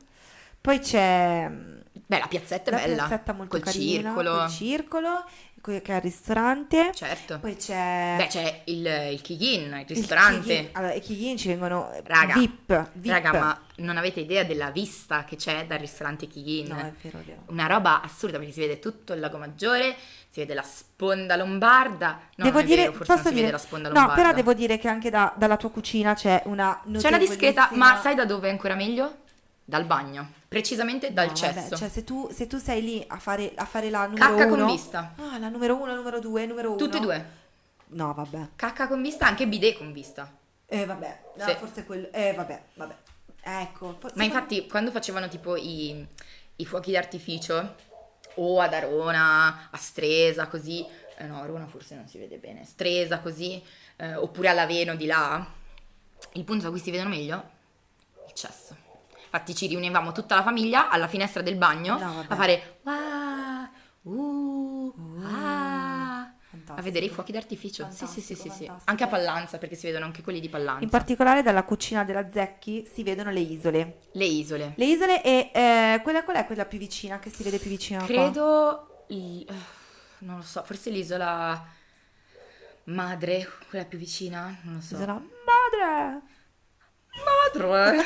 [SPEAKER 1] Poi c'è mm,
[SPEAKER 2] Beh, la piazzetta è
[SPEAKER 1] la
[SPEAKER 2] bella.
[SPEAKER 1] piazzetta molto
[SPEAKER 2] col
[SPEAKER 1] carina,
[SPEAKER 2] circolo.
[SPEAKER 1] col circolo, que- che è il ristorante.
[SPEAKER 2] certo.
[SPEAKER 1] Poi c'è...
[SPEAKER 2] Beh, c'è il, il Kigin, il
[SPEAKER 1] il
[SPEAKER 2] ristorante.
[SPEAKER 1] Kigin. Allora, i Kigin ci vengono eh,
[SPEAKER 2] Raga,
[SPEAKER 1] VIP, VIP.
[SPEAKER 2] Raga, ma non avete idea della vista che c'è dal ristorante Kigin?
[SPEAKER 1] No, è vero, è vero.
[SPEAKER 2] Una roba assurda perché si vede tutto il lago Maggiore, si vede la sponda lombarda. No,
[SPEAKER 1] devo
[SPEAKER 2] non è
[SPEAKER 1] dire,
[SPEAKER 2] vero, forse
[SPEAKER 1] posso
[SPEAKER 2] non si
[SPEAKER 1] dire,
[SPEAKER 2] vede la sponda
[SPEAKER 1] no,
[SPEAKER 2] lombarda.
[SPEAKER 1] però devo dire che anche da- dalla tua cucina c'è una
[SPEAKER 2] C'è una discreta, ma
[SPEAKER 1] notevolissima-
[SPEAKER 2] sai da dove è ancora meglio? Dal bagno, precisamente dal
[SPEAKER 1] No, vabbè,
[SPEAKER 2] cesso.
[SPEAKER 1] cioè, se tu, se tu sei lì a fare, a fare la numero
[SPEAKER 2] Cacca
[SPEAKER 1] uno,
[SPEAKER 2] con vista.
[SPEAKER 1] ah, la numero uno, la numero due, numero uno,
[SPEAKER 2] Tutte e due.
[SPEAKER 1] No, vabbè,
[SPEAKER 2] Cacca con vista, anche bidet con vista.
[SPEAKER 1] eh, vabbè, no,
[SPEAKER 2] Sì.
[SPEAKER 1] forse quello, eh, vabbè, vabbè, ecco, forse
[SPEAKER 2] Ma infatti, quando facevano tipo i, i fuochi d'artificio, o ad Arona, a Stresa, così, eh, no, Arona forse non si vede bene, Stresa così, eh, oppure all'Aveno di là, il punto da cui si vedono meglio? Il cesso. Infatti ci riunivamo tutta la famiglia alla finestra del bagno
[SPEAKER 1] No, vabbè.
[SPEAKER 2] a fare "Wah, uh, ah",
[SPEAKER 1] fantastico.
[SPEAKER 2] a vedere i fuochi d'artificio. Sì, sì,
[SPEAKER 1] Fantastico,
[SPEAKER 2] sì, sì, sì.
[SPEAKER 1] fantastico.
[SPEAKER 2] Anche a Pallanza, perché si vedono anche quelli di Pallanza.
[SPEAKER 1] In particolare dalla cucina della Zecchi si vedono le isole.
[SPEAKER 2] Le isole.
[SPEAKER 1] Le isole e eh, quella, qual è quella più vicina, che si vede più vicina qua?
[SPEAKER 2] Credo, il- non lo so, forse l'isola madre, quella più vicina, non lo so.
[SPEAKER 1] Isola Madre!
[SPEAKER 2] madre!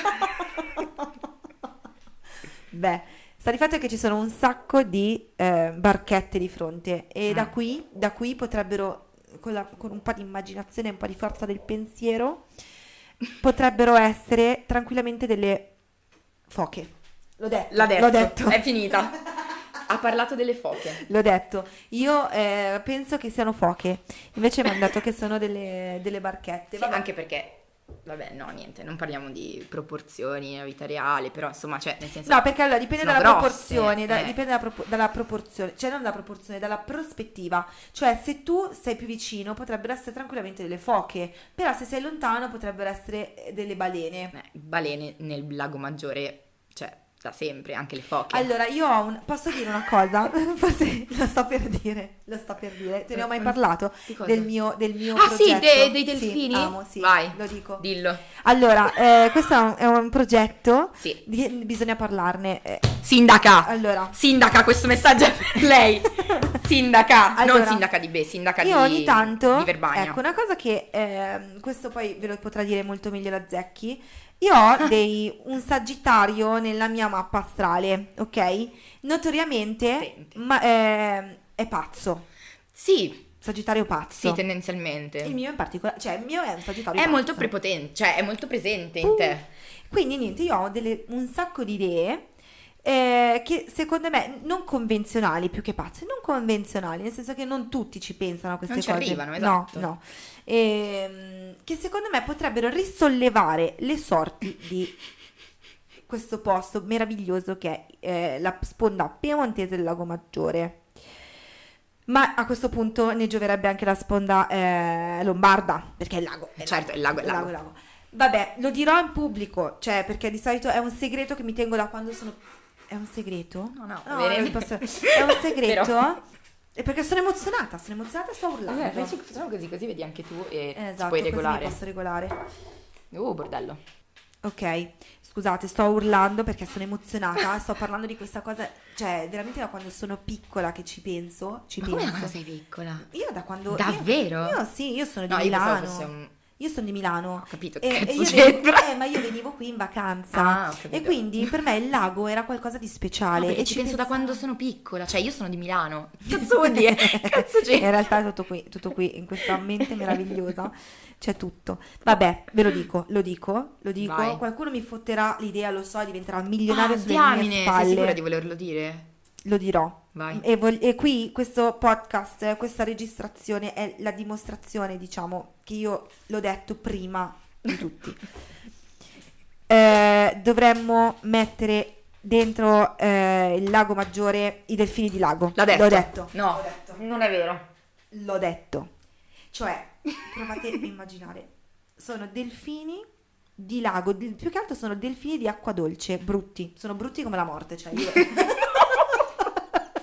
[SPEAKER 1] Beh, sta di fatto che ci sono un sacco di eh, barchette di fronte e
[SPEAKER 2] Mm.
[SPEAKER 1] da, qui, da qui potrebbero, con, la- con un po' di immaginazione, un po' di forza del pensiero, potrebbero essere tranquillamente delle foche. L'ho detto.
[SPEAKER 2] L'ha detto,
[SPEAKER 1] L'ho detto.
[SPEAKER 2] è finita. Ha parlato delle foche.
[SPEAKER 1] L'ho detto. Io eh, penso che siano foche, invece mi hanno detto che sono delle, delle barchette.
[SPEAKER 2] Sì,
[SPEAKER 1] Vabbè.
[SPEAKER 2] anche perché, vabbè, no, niente, non parliamo di proporzioni, a vita reale, però insomma, cioè, nel senso...
[SPEAKER 1] No, perché allora dipende
[SPEAKER 2] sono
[SPEAKER 1] dalla
[SPEAKER 2] grosse,
[SPEAKER 1] proporzione, da-
[SPEAKER 2] eh.
[SPEAKER 1] dipende dalla, propo- dalla proporzione, cioè non dalla proporzione, dalla prospettiva. Cioè, se tu sei più vicino, potrebbero essere tranquillamente delle foche, però se sei lontano potrebbero essere eh, delle balene.
[SPEAKER 2] eh, balene nel lago maggiore, cioè, da sempre, anche le foche.
[SPEAKER 1] Allora, io ho un... posso dire una cosa? Forse lo sto per dire, lo sto per dire. Te ne ho mai parlato
[SPEAKER 2] Di Eh, cosa?
[SPEAKER 1] del mio, del mio
[SPEAKER 2] Ah, sì,
[SPEAKER 1] progetto?
[SPEAKER 2] de- dei
[SPEAKER 1] Sì,
[SPEAKER 2] delfini?
[SPEAKER 1] amo, sì,
[SPEAKER 2] Vai.
[SPEAKER 1] lo dico.
[SPEAKER 2] Dillo.
[SPEAKER 1] Allora, eh, questo è un, è un progetto,
[SPEAKER 2] Sì.
[SPEAKER 1] di- bisogna parlarne. eh,
[SPEAKER 2] Sindaca!
[SPEAKER 1] allora,
[SPEAKER 2] Sindaca, questo messaggio è per lei. Sindaca, non
[SPEAKER 1] Allora,
[SPEAKER 2] sindaca di B, sindaca
[SPEAKER 1] Io
[SPEAKER 2] di,
[SPEAKER 1] ogni tanto,
[SPEAKER 2] di Verbania.
[SPEAKER 1] ecco una cosa che ehm, questo poi ve lo potrà dire molto meglio la Zecchi. Io
[SPEAKER 2] Ah.
[SPEAKER 1] ho dei, un sagittario nella mia mappa astrale, ok? Notoriamente
[SPEAKER 2] Senti.
[SPEAKER 1] ma- ehm, è pazzo,
[SPEAKER 2] Sì,
[SPEAKER 1] sagittario
[SPEAKER 2] sì,
[SPEAKER 1] pazzo.
[SPEAKER 2] tendenzialmente.
[SPEAKER 1] il mio in particolare, cioè il mio è un sagittario
[SPEAKER 2] È
[SPEAKER 1] pazzo.
[SPEAKER 2] molto prepotente, cioè è molto presente in
[SPEAKER 1] Uh,
[SPEAKER 2] te.
[SPEAKER 1] Quindi niente, io ho delle- un sacco di idee eh, che secondo me non convenzionali più che pazze, non convenzionali, nel senso che non tutti ci pensano a queste
[SPEAKER 2] Non ci
[SPEAKER 1] cose.
[SPEAKER 2] arrivano, esatto.
[SPEAKER 1] No, no. Ehm, che secondo me potrebbero risollevare le sorti di questo posto meraviglioso che è eh, la sponda piemontese del Lago Maggiore. Ma a questo punto ne gioverebbe anche la sponda eh, lombarda, perché è il lago. è il
[SPEAKER 2] Certo, il lago è il lago.
[SPEAKER 1] Vabbè, lo dirò in pubblico, cioè perché di solito è un segreto che mi tengo da quando sono... È un segreto?
[SPEAKER 2] No, no, va
[SPEAKER 1] no
[SPEAKER 2] bene.
[SPEAKER 1] non posso- è un
[SPEAKER 2] Però-
[SPEAKER 1] segreto? È perché sono emozionata, sono emozionata e sto urlando.
[SPEAKER 2] Vabbè, Eh, facci- facciamo così, così vedi anche tu e
[SPEAKER 1] Eh,
[SPEAKER 2] ti
[SPEAKER 1] esatto,
[SPEAKER 2] puoi
[SPEAKER 1] così mi
[SPEAKER 2] regolare.
[SPEAKER 1] posso regolare.
[SPEAKER 2] Uh, bordello.
[SPEAKER 1] Ok, scusate, sto urlando perché sono emozionata, sto parlando di questa cosa, cioè veramente da quando sono piccola che ci penso, ci
[SPEAKER 2] Ma come
[SPEAKER 1] penso.
[SPEAKER 2] quando sei piccola?
[SPEAKER 1] Io da quando... io-
[SPEAKER 2] Davvero?
[SPEAKER 1] Io, sì, io sono di
[SPEAKER 2] No, io
[SPEAKER 1] Milano.
[SPEAKER 2] pensavo fosse un...
[SPEAKER 1] Io sono di Milano.
[SPEAKER 2] Ho capito, che
[SPEAKER 1] E- e
[SPEAKER 2] cazzo
[SPEAKER 1] io
[SPEAKER 2] c'entra?
[SPEAKER 1] venivo- eh, ma io venivo qui in vacanza
[SPEAKER 2] Ah, ho capito.
[SPEAKER 1] e quindi per me il lago era qualcosa di
[SPEAKER 2] No,
[SPEAKER 1] speciale.
[SPEAKER 2] perché
[SPEAKER 1] e
[SPEAKER 2] ci penso da
[SPEAKER 1] pensavo-
[SPEAKER 2] quando sono piccola, cioè io sono di Milano. Cazzo vuol dire? Cazzo
[SPEAKER 1] In
[SPEAKER 2] c'entra?
[SPEAKER 1] realtà è tutto qui, tutto qui, in questa mente meravigliosa c'è tutto. Vabbè, ve lo dico, lo dico, lo dico.
[SPEAKER 2] Vai.
[SPEAKER 1] Qualcuno mi fotterà l'idea, lo so, diventerà milionario
[SPEAKER 2] Ah,
[SPEAKER 1] sulle mie
[SPEAKER 2] diamine, sei
[SPEAKER 1] spalle.
[SPEAKER 2] sicura di volerlo dire?
[SPEAKER 1] Lo dirò.
[SPEAKER 2] Vai.
[SPEAKER 1] E, vol- e qui questo podcast, eh, questa registrazione è la dimostrazione, diciamo, che io l'ho detto prima di tutti. Eh, dovremmo mettere dentro eh, il lago maggiore i delfini di lago.
[SPEAKER 2] L'ha detto.
[SPEAKER 1] L'ho detto.
[SPEAKER 2] No,
[SPEAKER 1] L'ho detto.
[SPEAKER 2] non è vero.
[SPEAKER 1] L'ho detto. Cioè, provate a immaginare, sono delfini di lago, di- più che altro sono delfini di acqua dolce, brutti. Sono brutti come la morte, cioè io...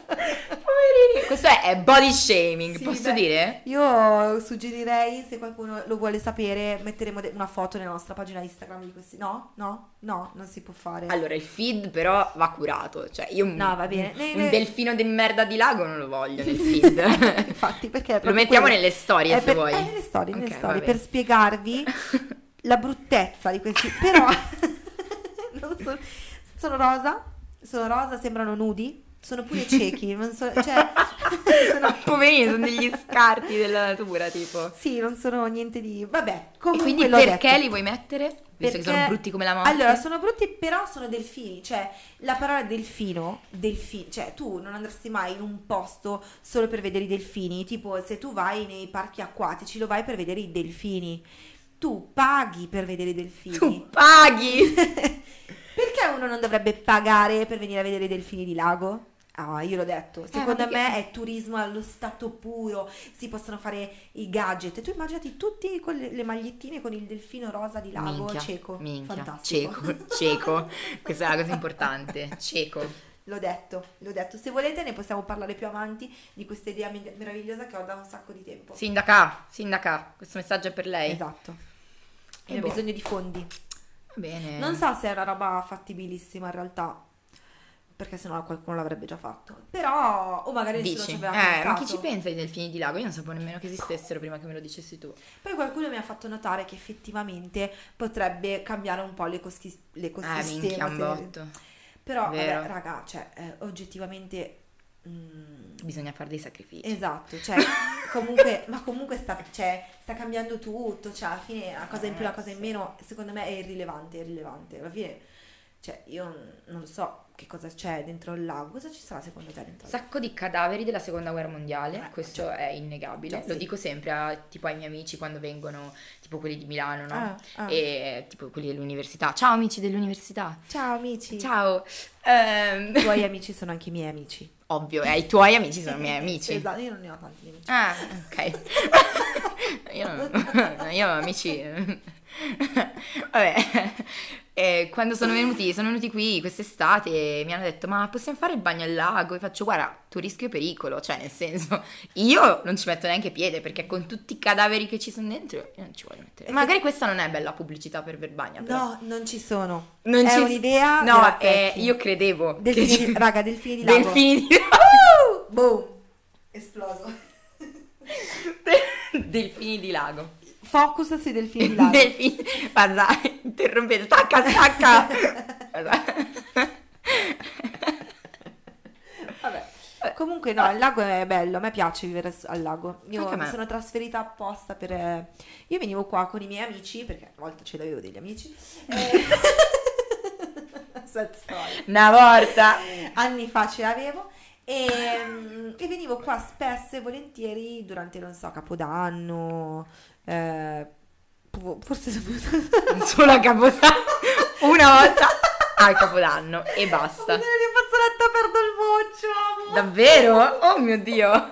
[SPEAKER 2] Poverini. Questo è, è body shaming,
[SPEAKER 1] Sì, beh,
[SPEAKER 2] posso dire?
[SPEAKER 1] Io suggerirei, se qualcuno lo vuole sapere, metteremo de- una foto nella nostra pagina Instagram di questi. No, no, no, non si può fare.
[SPEAKER 2] Allora, il feed però va curato, cioè io un-
[SPEAKER 1] No, va bene. Ne-
[SPEAKER 2] un
[SPEAKER 1] ne-
[SPEAKER 2] delfino di merda di lago non lo voglio nel feed.
[SPEAKER 1] Infatti, perché è
[SPEAKER 2] Lo
[SPEAKER 1] proprio
[SPEAKER 2] mettiamo
[SPEAKER 1] quello.
[SPEAKER 2] nelle storie
[SPEAKER 1] È
[SPEAKER 2] se
[SPEAKER 1] Eh, per-
[SPEAKER 2] vuoi.
[SPEAKER 1] è nelle storie, nelle
[SPEAKER 2] Ok,
[SPEAKER 1] storie,
[SPEAKER 2] va
[SPEAKER 1] per
[SPEAKER 2] bene.
[SPEAKER 1] spiegarvi la bruttezza di questi. Però non sono, sono rosa, sono rosa, sembrano nudi, sono pure ciechi, non so, cioè sono-
[SPEAKER 2] Poverini, sono degli scarti della natura, tipo.
[SPEAKER 1] Sì, non sono niente di vabbè,
[SPEAKER 2] E
[SPEAKER 1] comunque
[SPEAKER 2] quindi
[SPEAKER 1] l'ho
[SPEAKER 2] perché
[SPEAKER 1] detto.
[SPEAKER 2] li vuoi mettere? Visto
[SPEAKER 1] Perché-
[SPEAKER 2] che sono brutti come la morte.
[SPEAKER 1] Allora, sono brutti, però sono delfini. Cioè, la parola delfino, delfino, cioè tu non andresti mai in un posto solo per vedere i delfini. Tipo, se tu vai nei parchi acquatici, lo vai per vedere i delfini. Tu paghi per vedere i delfini.
[SPEAKER 2] tu paghi.
[SPEAKER 1] Perché uno non dovrebbe pagare per venire a vedere i delfini di lago? Ah, io l'ho detto. Secondo
[SPEAKER 2] Eh, ma perché-
[SPEAKER 1] me è turismo allo stato puro. Si possono fare i gadget. Tu immaginati tutti con le, le magliettine con il delfino rosa di lago
[SPEAKER 2] Minchia,
[SPEAKER 1] cieco.
[SPEAKER 2] minchia,
[SPEAKER 1] Fantastico.
[SPEAKER 2] cieco, cieco. Questa è la cosa importante, cieco.
[SPEAKER 1] L'ho detto, l'ho detto. Se volete ne possiamo parlare più avanti di questa idea mer- meravigliosa che ho da un sacco di tempo.
[SPEAKER 2] Sindaca, sindaca, questo messaggio è per lei.
[SPEAKER 1] Esatto.
[SPEAKER 2] E
[SPEAKER 1] E ho
[SPEAKER 2] boh.
[SPEAKER 1] bisogno di fondi.
[SPEAKER 2] Va bene.
[SPEAKER 1] Non so se è una roba fattibilissima in realtà, perché sennò qualcuno l'avrebbe già fatto. Però, o magari nessuno
[SPEAKER 2] Dici,
[SPEAKER 1] ci
[SPEAKER 2] eh,
[SPEAKER 1] aveva
[SPEAKER 2] ma chi
[SPEAKER 1] pensato.
[SPEAKER 2] ci pensa ai delfini di lago? Io non sapevo nemmeno che esistessero prima che me lo dicessi tu. Eh,
[SPEAKER 1] Poi qualcuno mi ha fatto notare che effettivamente potrebbe cambiare un po' l'ecoschi-
[SPEAKER 2] Eh, minchia,
[SPEAKER 1] l'ecosistema.
[SPEAKER 2] un
[SPEAKER 1] se-
[SPEAKER 2] botto.
[SPEAKER 1] Però,
[SPEAKER 2] Vero.
[SPEAKER 1] vabbè, raga, cioè, eh, oggettivamente... mm,
[SPEAKER 2] Bisogna fare dei sacrifici.
[SPEAKER 1] Esatto, cioè, comunque, ma comunque sta, cioè, sta cambiando tutto, cioè, alla fine la cosa in più, la cosa in
[SPEAKER 2] Eh,
[SPEAKER 1] meno, secondo me è irrilevante, è irrilevante. Alla fine, cioè, io non so che cosa c'è dentro il lago, cosa ci sarà secondo te dentro
[SPEAKER 2] Un
[SPEAKER 1] il lago?
[SPEAKER 2] sacco di cadaveri della seconda guerra mondiale,
[SPEAKER 1] Eh,
[SPEAKER 2] questo
[SPEAKER 1] cioè-
[SPEAKER 2] è innegabile.
[SPEAKER 1] cioè,
[SPEAKER 2] Lo
[SPEAKER 1] sì.
[SPEAKER 2] dico sempre a, tipo ai miei amici quando vengono, tipo quelli di Milano, no?
[SPEAKER 1] Ah, ah.
[SPEAKER 2] E tipo quelli dell'università. Ciao amici dell'università.
[SPEAKER 1] Ciao amici,
[SPEAKER 2] Ciao. Ehm,
[SPEAKER 1] i tuoi amici sono anche i miei amici.
[SPEAKER 2] ovvio, eh, i tuoi amici sono i miei amici.
[SPEAKER 1] Esatto, io non ne ho tanti di amici.
[SPEAKER 2] Ah, ok. io, non- io amici. Vabbè. Eh, quando sono venuti, sono venuti qui quest'estate e mi hanno detto: Ma possiamo fare il bagno al lago? E faccio: Guarda, tu rischio e pericolo. Cioè, nel senso, io non ci metto neanche piede perché con tutti i cadaveri che ci sono dentro, io non ci voglio mettere. Magari questa non è bella pubblicità per Verbagna, però.
[SPEAKER 1] No, non ci sono.
[SPEAKER 2] Non
[SPEAKER 1] è
[SPEAKER 2] ci-
[SPEAKER 1] un'idea
[SPEAKER 2] No,
[SPEAKER 1] della
[SPEAKER 2] eh,
[SPEAKER 1] Zecchi.
[SPEAKER 2] io credevo. che
[SPEAKER 1] Delfini
[SPEAKER 2] ci-
[SPEAKER 1] di- raga, delfini di lago.
[SPEAKER 2] Delfini di
[SPEAKER 1] Boom! Esploso.
[SPEAKER 2] Delfini di lago.
[SPEAKER 1] Focus sui delfini di lago.
[SPEAKER 2] Delfini. Guarda, interrompete. Stacca, stacca. Guarda.
[SPEAKER 1] Vabbè.
[SPEAKER 2] Eh,
[SPEAKER 1] Comunque no, il lago è bello, a me piace vivere s- al lago.
[SPEAKER 2] Anche
[SPEAKER 1] Io
[SPEAKER 2] a me.
[SPEAKER 1] mi sono trasferita apposta per... eh, Io venivo qua con i miei amici, perché a volte ce l'avevo degli amici. eh, sad story.
[SPEAKER 2] Una volta.
[SPEAKER 1] Anni fa ce l'avevo. E, mm, e venivo qua spesso e volentieri durante, non so, Capodanno, eh, po- forse
[SPEAKER 2] Solo a Capodanno. Una volta al Capodanno e basta.
[SPEAKER 1] Mi fazzoletta perdo il boccio, amo.
[SPEAKER 2] Davvero? Oh mio Dio.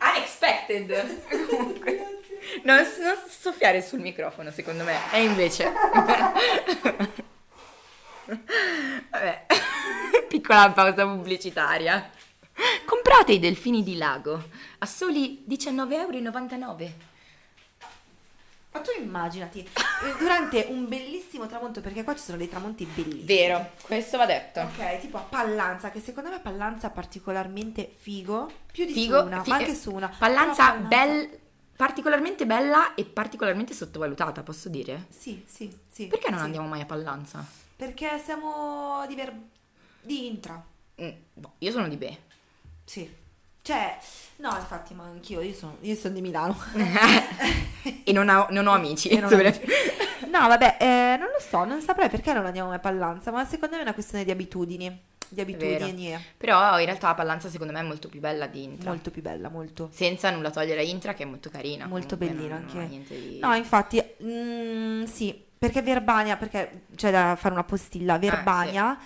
[SPEAKER 2] Unexpected. Comunque. Non, non soffiare sul microfono, secondo me. E invece. Vabbè. Piccola pausa pubblicitaria. Comprate i delfini di lago a soli 19,99 euro.
[SPEAKER 1] Ma tu immaginati, eh, durante un bellissimo tramonto, perché qua ci sono dei tramonti bellissimi.
[SPEAKER 2] Vero, questo va detto.
[SPEAKER 1] Ok, tipo a Pallanza, che secondo me Pallanza è particolarmente figo, più di
[SPEAKER 2] Figo,
[SPEAKER 1] su una,
[SPEAKER 2] fi-
[SPEAKER 1] ma anche su una.
[SPEAKER 2] Pallanza,
[SPEAKER 1] Però
[SPEAKER 2] bel- particolarmente bella e particolarmente sottovalutata, posso dire?
[SPEAKER 1] Sì, sì, sì.
[SPEAKER 2] Perché non
[SPEAKER 1] sì.
[SPEAKER 2] andiamo mai a Pallanza?
[SPEAKER 1] Perché siamo di, ver- di intra,
[SPEAKER 2] Mm, boh, io sono di B.
[SPEAKER 1] sì. Cioè, no, infatti, ma anch'io, io sono, io sono di Milano.
[SPEAKER 2] e non ho, non ho amici.
[SPEAKER 1] E non ho amici. No, vabbè, eh, non lo so, non saprei perché non andiamo mai a Pallanza, ma secondo me è una questione di abitudini, di abitudini, eh.
[SPEAKER 2] Però in realtà Pallanza secondo me è molto più bella di Intra.
[SPEAKER 1] molto più bella, molto.
[SPEAKER 2] Senza nulla togliere a Intra che è molto carina.
[SPEAKER 1] Molto
[SPEAKER 2] comunque,
[SPEAKER 1] bellina
[SPEAKER 2] non- non
[SPEAKER 1] anche.
[SPEAKER 2] ha niente di-
[SPEAKER 1] No, infatti, mm, sì, perché Verbania, perché c'è da fare una postilla, Verbania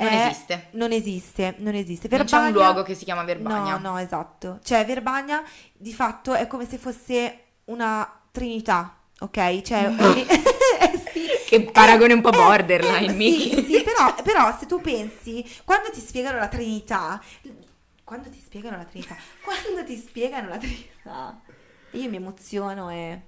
[SPEAKER 2] Ah, Non
[SPEAKER 1] è-
[SPEAKER 2] esiste.
[SPEAKER 1] Non esiste, non esiste.
[SPEAKER 2] Non c'è un
[SPEAKER 1] Verbania-
[SPEAKER 2] luogo che si chiama Verbania.
[SPEAKER 1] No, no, esatto. Cioè, Verbania di fatto è come se fosse una trinità, ok? Cioè, eh, sì.
[SPEAKER 2] Che paragone un po'
[SPEAKER 1] Eh,
[SPEAKER 2] borderline,
[SPEAKER 1] eh,
[SPEAKER 2] Miki.
[SPEAKER 1] Sì, sì, però, però se tu pensi, quando ti spiegano la Trinità, quando ti spiegano la Trinità, quando ti spiegano la Trinità, io mi emoziono e...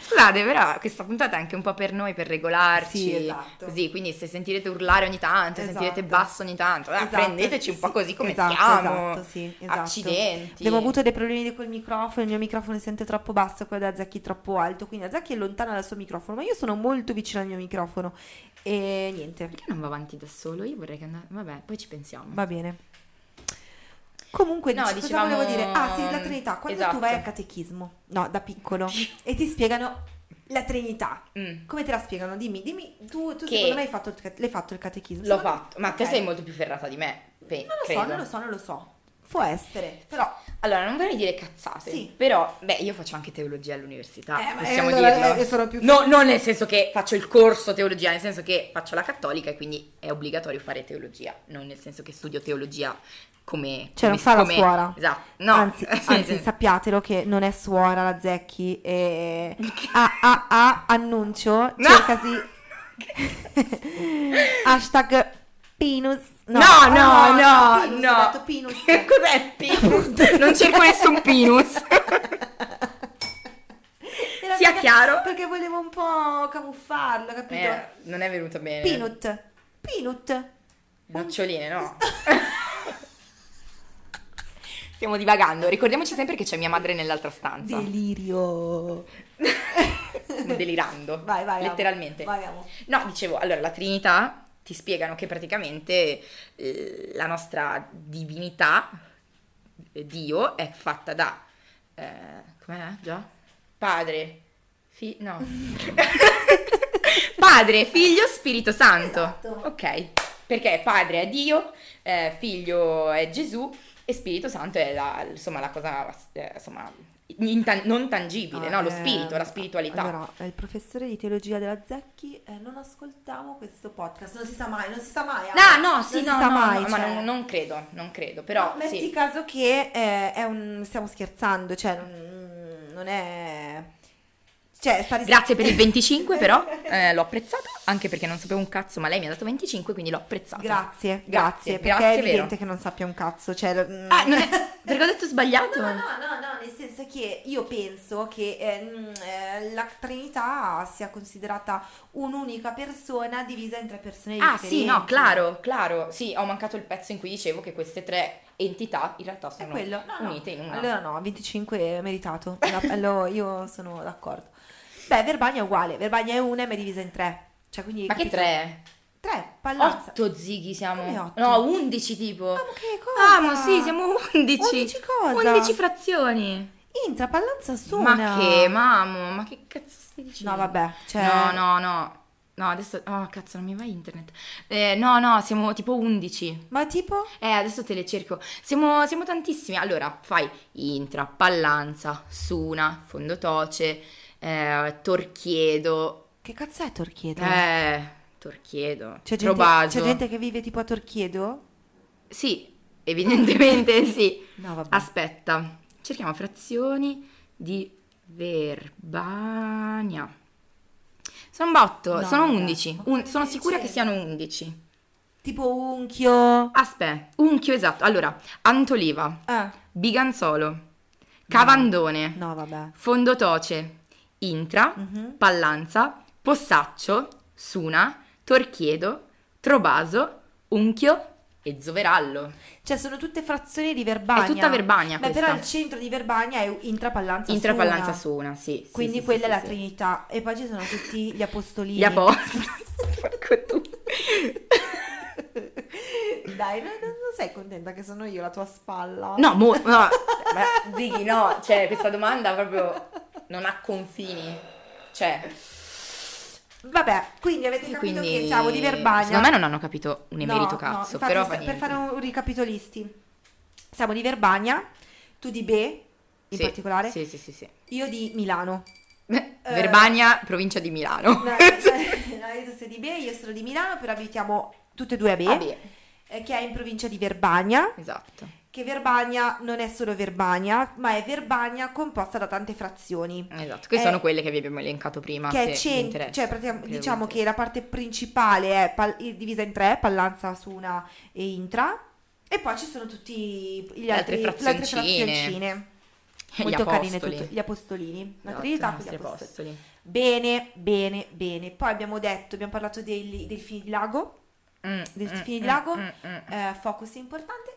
[SPEAKER 2] Scusate, però questa puntata è anche un po' per noi, per regolarci.
[SPEAKER 1] Sì, esatto.
[SPEAKER 2] Così, quindi se sentirete urlare ogni tanto,
[SPEAKER 1] Esatto.
[SPEAKER 2] sentirete basso ogni tanto, eh,
[SPEAKER 1] Esatto,
[SPEAKER 2] prendeteci un po'
[SPEAKER 1] sì,
[SPEAKER 2] così come
[SPEAKER 1] esatto,
[SPEAKER 2] siamo.
[SPEAKER 1] esatto, sì, esatto.
[SPEAKER 2] Accidenti.
[SPEAKER 1] Abbiamo avuto dei problemi col microfono, il mio microfono si sente troppo basso, quello da Zacchi troppo alto, quindi Zacchi è lontana dal suo microfono, ma io sono molto vicina al mio microfono e niente,
[SPEAKER 2] Perché non va avanti da solo? Io vorrei che andasse... Vabbè, poi ci pensiamo.
[SPEAKER 1] va bene. Comunque,
[SPEAKER 2] No,
[SPEAKER 1] dice-
[SPEAKER 2] dicevamo-
[SPEAKER 1] cosa volevo dire? Ah, sì, la Trinità, quando
[SPEAKER 2] Esatto.
[SPEAKER 1] tu vai a catechismo, no, da piccolo, e ti spiegano la Trinità,
[SPEAKER 2] Mm,
[SPEAKER 1] come te la spiegano? Dimmi, dimmi, tu, tu
[SPEAKER 2] Che-
[SPEAKER 1] secondo me hai fatto il, cate- l'hai fatto il catechismo?
[SPEAKER 2] L'ho
[SPEAKER 1] Secondo me-
[SPEAKER 2] fatto, ma te
[SPEAKER 1] ok.
[SPEAKER 2] sei molto più ferrata di me. pe-
[SPEAKER 1] Non lo
[SPEAKER 2] credo.
[SPEAKER 1] so, non lo so, non lo so. Può essere, però
[SPEAKER 2] Allora, non vorrei dire cazzate,
[SPEAKER 1] Sì.
[SPEAKER 2] però, beh, io faccio anche teologia all'università,
[SPEAKER 1] Eh, ma-
[SPEAKER 2] Ah, possiamo
[SPEAKER 1] eh, allora,
[SPEAKER 2] dirlo.
[SPEAKER 1] eh, sono più-
[SPEAKER 2] No, non nel senso che faccio il corso teologia, nel senso che faccio la cattolica e quindi è obbligatorio fare teologia, non nel senso che studio teologia come...
[SPEAKER 1] Cioè,
[SPEAKER 2] come-
[SPEAKER 1] non fa la
[SPEAKER 2] come-
[SPEAKER 1] suora.
[SPEAKER 2] Esatto, no.
[SPEAKER 1] Anzi,
[SPEAKER 2] nel
[SPEAKER 1] anzi,
[SPEAKER 2] senso-
[SPEAKER 1] sappiatelo che non è suora la Zecchi. E... A, a, a, annuncio,
[SPEAKER 2] No!
[SPEAKER 1] cercasi. Ah, Hashtag Pinus.
[SPEAKER 2] No, no, no,
[SPEAKER 1] Ah, Pinus,
[SPEAKER 2] no.
[SPEAKER 1] ho detto Pinus.
[SPEAKER 2] Che Cos'è Pinus? non cerco nessun Pinus.
[SPEAKER 1] Era
[SPEAKER 2] Sia
[SPEAKER 1] perché-
[SPEAKER 2] chiaro.
[SPEAKER 1] Perché volevo un po' camuffarlo, capito?
[SPEAKER 2] Eh, non è venuto bene.
[SPEAKER 1] Pinut. Pinut.
[SPEAKER 2] Noccioline, no. Stiamo divagando, ricordiamoci sempre che c'è mia madre nell'altra stanza.
[SPEAKER 1] Delirio.
[SPEAKER 2] delirando.
[SPEAKER 1] Vai, vai. Amo.
[SPEAKER 2] Letteralmente.
[SPEAKER 1] Vai, amo.
[SPEAKER 2] No, dicevo, allora la Trinità ti spiegano che praticamente eh, la nostra divinità, eh, Dio, è fatta da... eh, com'è già? Padre, fi- no. padre, figlio, Spirito Santo.
[SPEAKER 1] Esatto.
[SPEAKER 2] Ok, perché padre è Dio, eh, figlio è Gesù e Spirito Santo è la, insomma, la cosa eh, insomma, intan- non tangibile, no? Lo
[SPEAKER 1] Ah,
[SPEAKER 2] spirito,
[SPEAKER 1] ehm,
[SPEAKER 2] la spiritualità.
[SPEAKER 1] Allora, eh, il professore di teologia della Zecchi, eh, non ascoltiamo questo podcast, non si sa mai, non si sa mai. Ale.
[SPEAKER 2] No, no,
[SPEAKER 1] Non
[SPEAKER 2] sì,
[SPEAKER 1] si
[SPEAKER 2] no,
[SPEAKER 1] sa
[SPEAKER 2] no,
[SPEAKER 1] mai,
[SPEAKER 2] no, ma
[SPEAKER 1] cioè.
[SPEAKER 2] non, non credo, non credo, però
[SPEAKER 1] No, metti
[SPEAKER 2] sì.
[SPEAKER 1] caso che eh, è un... stiamo scherzando, cioè non, non è... Cioè, sta ris-
[SPEAKER 2] Grazie per il 25 però, eh, l'ho apprezzato, anche perché non sapevo un cazzo, ma lei mi ha dato 25, quindi l'ho apprezzato.
[SPEAKER 1] Grazie, grazie,
[SPEAKER 2] Grazie,
[SPEAKER 1] perché
[SPEAKER 2] grazie,
[SPEAKER 1] è evidente
[SPEAKER 2] vero.
[SPEAKER 1] che non sappia un cazzo, cioè... mm.
[SPEAKER 2] Ah, non è- Ah, perché ho detto
[SPEAKER 1] No,
[SPEAKER 2] sbagliato?
[SPEAKER 1] no, no, no, nel senso perché io penso che ehm, eh, la Trinità sia considerata un'unica persona divisa in tre persone
[SPEAKER 2] Ah
[SPEAKER 1] differenti.
[SPEAKER 2] sì, no, claro, claro. Sì, ho mancato il pezzo in cui dicevo che queste tre entità in realtà
[SPEAKER 1] È
[SPEAKER 2] sono
[SPEAKER 1] quello. No, no.
[SPEAKER 2] unite in una.
[SPEAKER 1] Allora no, 25 è meritato. La- lo- io sono d'accordo. Beh, Verbania è uguale. Verbania è una e mi è divisa in tre. Cioè, quindi,
[SPEAKER 2] Ma che
[SPEAKER 1] capito?
[SPEAKER 2] tre?
[SPEAKER 1] Tre, pallazza.
[SPEAKER 2] Otto
[SPEAKER 1] Come
[SPEAKER 2] zighi siamo.
[SPEAKER 1] otto?
[SPEAKER 2] No, undici tipo.
[SPEAKER 1] Ah, ma che cosa?
[SPEAKER 2] Ah, ma sì, siamo undici.
[SPEAKER 1] 11 cosa?
[SPEAKER 2] 11 frazioni.
[SPEAKER 1] Intra, pallazza, sona.
[SPEAKER 2] Ma che, mamma, ma che cazzo stai dicendo?
[SPEAKER 1] No, vabbè, cioè...
[SPEAKER 2] No, no, no. No, adesso... Oh, cazzo, non mi va internet. Eh, no, no, siamo tipo 11.
[SPEAKER 1] Ma tipo...
[SPEAKER 2] Eh, adesso te le cerco. Siamo, siamo tantissimi. Allora, fai intra, pallanza, suna, fondotoce, eh, torchiedo.
[SPEAKER 1] Che cazzo è Torchiedo?
[SPEAKER 2] Eh, torchiedo.
[SPEAKER 1] c'è, gente,
[SPEAKER 2] trobaso.
[SPEAKER 1] c'è gente che vive tipo a Torchiedo?
[SPEAKER 2] Sì, evidentemente Ah, sì.
[SPEAKER 1] No, vabbè.
[SPEAKER 2] Aspetta, cerchiamo frazioni di Verbania. Sono un botto,
[SPEAKER 1] No,
[SPEAKER 2] sono
[SPEAKER 1] vabbè,
[SPEAKER 2] 11.
[SPEAKER 1] ma
[SPEAKER 2] Un-
[SPEAKER 1] cosa
[SPEAKER 2] sono
[SPEAKER 1] stai
[SPEAKER 2] sicura che
[SPEAKER 1] dicendo?
[SPEAKER 2] siano 11.
[SPEAKER 1] tipo Unchio...
[SPEAKER 2] Aspetta, unchio esatto. Allora, Antoliva,
[SPEAKER 1] Ah.
[SPEAKER 2] Biganzolo, Cavandone,
[SPEAKER 1] No, vabbè.
[SPEAKER 2] Fondotoce, Intra,
[SPEAKER 1] Mhm.
[SPEAKER 2] Pallanza, Possaccio, Suna, Torchiedo, Trobaso, Unchio e Zoverallo.
[SPEAKER 1] Cioè, sono tutte frazioni di Verbania.
[SPEAKER 2] È tutta Verbania
[SPEAKER 1] Beh,
[SPEAKER 2] questa.
[SPEAKER 1] però il centro di Verbania è Intra, Pallanza,
[SPEAKER 2] Intra,
[SPEAKER 1] Sona.
[SPEAKER 2] Pallanza, Suna, sì. sì,
[SPEAKER 1] Quindi
[SPEAKER 2] sì, sì,
[SPEAKER 1] quella
[SPEAKER 2] sì,
[SPEAKER 1] è la
[SPEAKER 2] sì.
[SPEAKER 1] Trinità. E poi ci sono tutti gli apostolini.
[SPEAKER 2] Gli apostoli. Porco tu.
[SPEAKER 1] Dai, non, non sei contenta che sono io la tua spalla?
[SPEAKER 2] No, mo- no. Ma, Zighi, no, cioè questa domanda proprio non ha confini. Cioè,
[SPEAKER 1] Vabbè, quindi avete capito
[SPEAKER 2] quindi
[SPEAKER 1] che siamo di Verbania.
[SPEAKER 2] Secondo me non hanno capito un
[SPEAKER 1] No,
[SPEAKER 2] emerito
[SPEAKER 1] no,
[SPEAKER 2] cazzo,
[SPEAKER 1] infatti
[SPEAKER 2] però
[SPEAKER 1] sta-
[SPEAKER 2] fa
[SPEAKER 1] per
[SPEAKER 2] niente.
[SPEAKER 1] fare un ricapitolisti. Siamo di Verbania, tu di Be in
[SPEAKER 2] Sì,
[SPEAKER 1] particolare,
[SPEAKER 2] Sì, sì, sì, sì.
[SPEAKER 1] io di Milano.
[SPEAKER 2] Verbania, provincia di Milano.
[SPEAKER 1] No, eh, no, io tu sei di Be, io sono di Milano, però abitiamo tutte e due a Be,
[SPEAKER 2] Ah, beh,
[SPEAKER 1] eh, che è in provincia di Verbania.
[SPEAKER 2] esatto.
[SPEAKER 1] Che Verbania non è solo Verbania, ma è Verbania composta da tante frazioni.
[SPEAKER 2] Esatto, che
[SPEAKER 1] Eh,
[SPEAKER 2] sono quelle che vi abbiamo elencato prima,
[SPEAKER 1] che è
[SPEAKER 2] se vi
[SPEAKER 1] cen-
[SPEAKER 2] Ah, interessa.
[SPEAKER 1] cioè praticamente-
[SPEAKER 2] Che vi
[SPEAKER 1] diciamo
[SPEAKER 2] interessa.
[SPEAKER 1] che la parte principale è pal- è divisa in tre, Pallanza, Suna e Intra, e poi ci sono tutti gli altri,
[SPEAKER 2] altre
[SPEAKER 1] le altre
[SPEAKER 2] frazioncine.
[SPEAKER 1] frazioncine.
[SPEAKER 2] Eh, Gli
[SPEAKER 1] Molto carine
[SPEAKER 2] apostoli.
[SPEAKER 1] tutte, gli apostolini, la
[SPEAKER 2] Esatto,
[SPEAKER 1] Trinità con
[SPEAKER 2] i
[SPEAKER 1] gli
[SPEAKER 2] nostri
[SPEAKER 1] apostoli.
[SPEAKER 2] apostoli.
[SPEAKER 1] Bene, bene, bene. Poi abbiamo detto, abbiamo parlato dei delfini di lago,
[SPEAKER 2] Mm,
[SPEAKER 1] del
[SPEAKER 2] mm,
[SPEAKER 1] fine di
[SPEAKER 2] mm,
[SPEAKER 1] lago,
[SPEAKER 2] mm, mm.
[SPEAKER 1] eh, focus importante.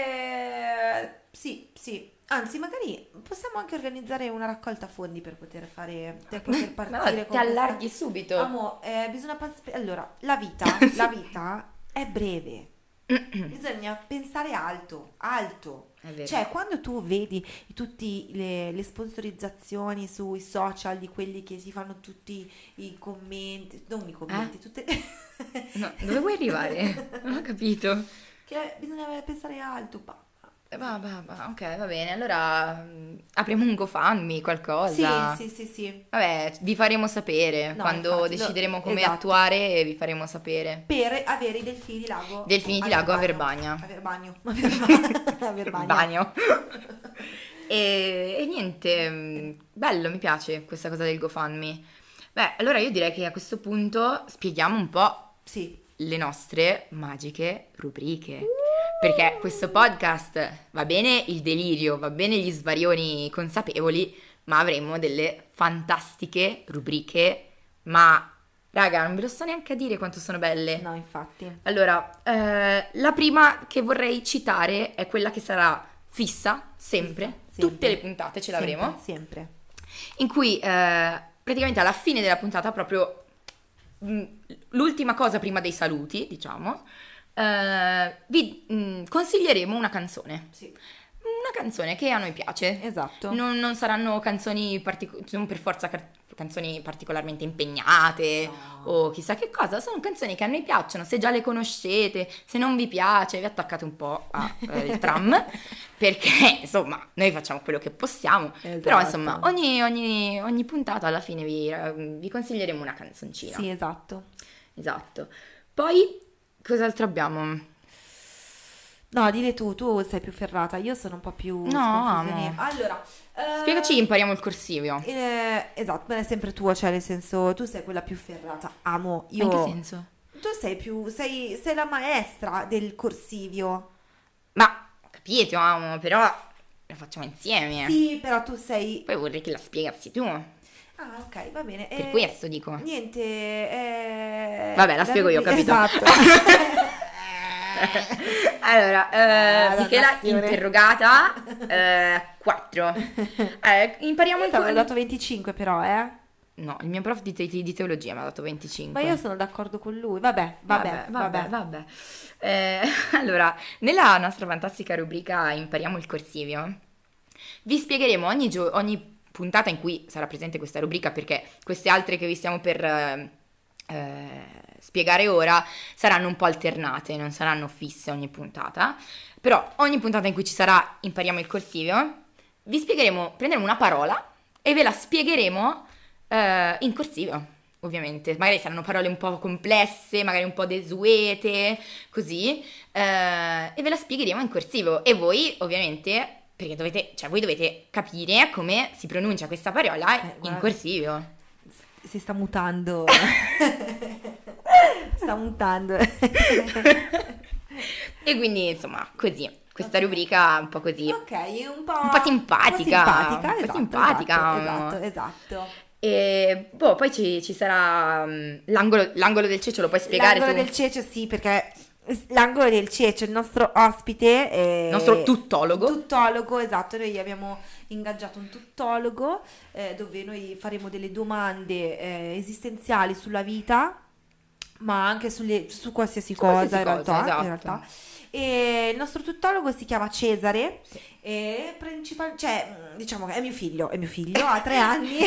[SPEAKER 1] E... Sì, sì. Anzi, magari possiamo anche organizzare una raccolta fondi per poter fare, per poter
[SPEAKER 2] Ma
[SPEAKER 1] partire
[SPEAKER 2] no,
[SPEAKER 1] con
[SPEAKER 2] ti allarghi subito.
[SPEAKER 1] questa- Amo, eh, bisogna pas- Allora, la vita, la vita è breve. Bisogna pensare alto, alto.
[SPEAKER 2] È vero.
[SPEAKER 1] Cioè, quando tu vedi tutte le, le sponsorizzazioni sui social di quelli che si fanno tutti i commenti, non i
[SPEAKER 2] Eh?
[SPEAKER 1] commenti, tutte...
[SPEAKER 2] No, dove vuoi arrivare? Non ho capito.
[SPEAKER 1] Che bisogna pensare alto, papà.
[SPEAKER 2] Eh, va, va, va, Ok, va bene. Allora mm, apriamo un GoFundMe, qualcosa.
[SPEAKER 1] Sì, sì, sì, sì.
[SPEAKER 2] Vabbè, vi faremo sapere.
[SPEAKER 1] No,
[SPEAKER 2] Quando
[SPEAKER 1] infatti, lo-
[SPEAKER 2] decideremo come
[SPEAKER 1] esatto.
[SPEAKER 2] attuare, vi faremo sapere.
[SPEAKER 1] Per avere i delfini di lago.
[SPEAKER 2] Delfini di lago a Verbania.
[SPEAKER 1] A Verbagno. A Verbagno. A Verbagno.
[SPEAKER 2] Bagno. e, e niente, mm, bello, mi piace questa cosa del GoFundMe. Beh, allora io direi che a questo punto spieghiamo un po'
[SPEAKER 1] Sì.
[SPEAKER 2] le nostre magiche rubriche. Eh, Perché questo podcast va bene il delirio, va bene gli svarioni consapevoli, ma avremo delle fantastiche rubriche. Ma raga, non ve lo so neanche a dire quanto sono belle.
[SPEAKER 1] No, infatti.
[SPEAKER 2] Allora, eh, la prima che vorrei citare è quella che sarà fissa, sempre,
[SPEAKER 1] Fissa, sempre.
[SPEAKER 2] tutte le puntate ce l'avremo
[SPEAKER 1] Sempre.
[SPEAKER 2] in cui eh, praticamente alla fine della puntata, proprio mh, l'ultima cosa prima dei saluti, diciamo, eh, vi mh, consiglieremo una canzone.
[SPEAKER 1] sempre. Sì.
[SPEAKER 2] Una canzone che a noi piace.
[SPEAKER 1] Esatto.
[SPEAKER 2] Non, non saranno canzoni, partico- non per forza car- canzoni particolarmente impegnate
[SPEAKER 1] No.
[SPEAKER 2] o chissà che cosa, sono canzoni che a noi piacciono, se già le conoscete, se non vi piace vi attaccate un po' al tram, perché insomma noi facciamo quello che possiamo, però
[SPEAKER 1] Esatto.
[SPEAKER 2] insomma ogni, ogni- ogni puntata alla fine vi, ehm, vi consiglieremo una canzoncina.
[SPEAKER 1] Sì, esatto.
[SPEAKER 2] Esatto. Poi cos'altro abbiamo?
[SPEAKER 1] No, dile tu, tu sei più ferrata, io sono un po' più...
[SPEAKER 2] No,
[SPEAKER 1] sconfusione-
[SPEAKER 2] amo.
[SPEAKER 1] Allora... eh,
[SPEAKER 2] Spiegaci, impariamo il corsivo.
[SPEAKER 1] eh, esatto, ma è sempre tuo, cioè nel senso tu sei quella più ferrata, amo, io...
[SPEAKER 2] In che senso?
[SPEAKER 1] Tu sei più, sei, sei la maestra del corsivio.
[SPEAKER 2] Ma capito, amo, però la facciamo insieme.
[SPEAKER 1] Sì, però tu sei...
[SPEAKER 2] Poi vorrei che la spiegassi tu.
[SPEAKER 1] Ah, ok, va bene.
[SPEAKER 2] Per
[SPEAKER 1] eh,
[SPEAKER 2] questo dico.
[SPEAKER 1] Niente... eh,
[SPEAKER 2] Vabbè, la spiego io, ho capito.
[SPEAKER 1] Esatto.
[SPEAKER 2] allora, eh,
[SPEAKER 1] Ah,
[SPEAKER 2] Michela
[SPEAKER 1] dannazione.
[SPEAKER 2] interrogata 4. impariamo
[SPEAKER 1] Io
[SPEAKER 2] un
[SPEAKER 1] ti avevo
[SPEAKER 2] po'.
[SPEAKER 1] dato 25 però, eh.
[SPEAKER 2] No, il mio prof di, te- di teologia mi ha dato 25.
[SPEAKER 1] Ma io sono d'accordo con lui. Vabbè, vabbè, vabbè.
[SPEAKER 2] vabbè. Eh, allora, nella nostra fantastica rubrica Impariamo il corsivio, vi spiegheremo ogni, gio- ogni puntata in cui sarà presente questa rubrica, perché queste altre che vi stiamo per eh, eh, spiegare ora saranno un po' alternate, non saranno fisse ogni puntata. Però ogni puntata in cui ci sarà Impariamo il corsivio, vi spiegheremo, prenderemo una parola e ve la spiegheremo eh, in corsivo, ovviamente. Magari saranno parole un po' complesse, magari un po' desuete, così, eh, e ve la spiegheremo in corsivo. E voi, ovviamente, perché dovete, cioè voi dovete capire come si pronuncia questa parola in
[SPEAKER 1] Eh, guarda.
[SPEAKER 2] corsivo.
[SPEAKER 1] Si sta mutando. sta mutando.
[SPEAKER 2] E quindi, insomma, così. Questa rubrica un po' così.
[SPEAKER 1] Ok, un po'...
[SPEAKER 2] Un po' simpatica,
[SPEAKER 1] Un po' simpatica,
[SPEAKER 2] un po'
[SPEAKER 1] esatto,
[SPEAKER 2] simpatica.
[SPEAKER 1] Esatto, esatto.
[SPEAKER 2] E boh, poi ci, ci sarà mm, l'angolo, l'angolo del ceccio, lo puoi spiegare
[SPEAKER 1] l'angolo
[SPEAKER 2] tu?
[SPEAKER 1] del cece sì, perché l'angolo del cece, il nostro ospite... eh, È...
[SPEAKER 2] Il nostro tuttologo.
[SPEAKER 1] Tuttologo, esatto, noi abbiamo ingaggiato un tuttologo eh, dove noi faremo delle domande eh, esistenziali sulla vita, ma anche sulle- su qualsiasi
[SPEAKER 2] Su
[SPEAKER 1] cosa,
[SPEAKER 2] qualsiasi
[SPEAKER 1] in,
[SPEAKER 2] cosa,
[SPEAKER 1] realtà,
[SPEAKER 2] esatto.
[SPEAKER 1] in realtà. E il nostro tuttologo si chiama Cesare e principal- cioè, mh, diciamo che è mio figlio, è mio figlio, ha tre anni,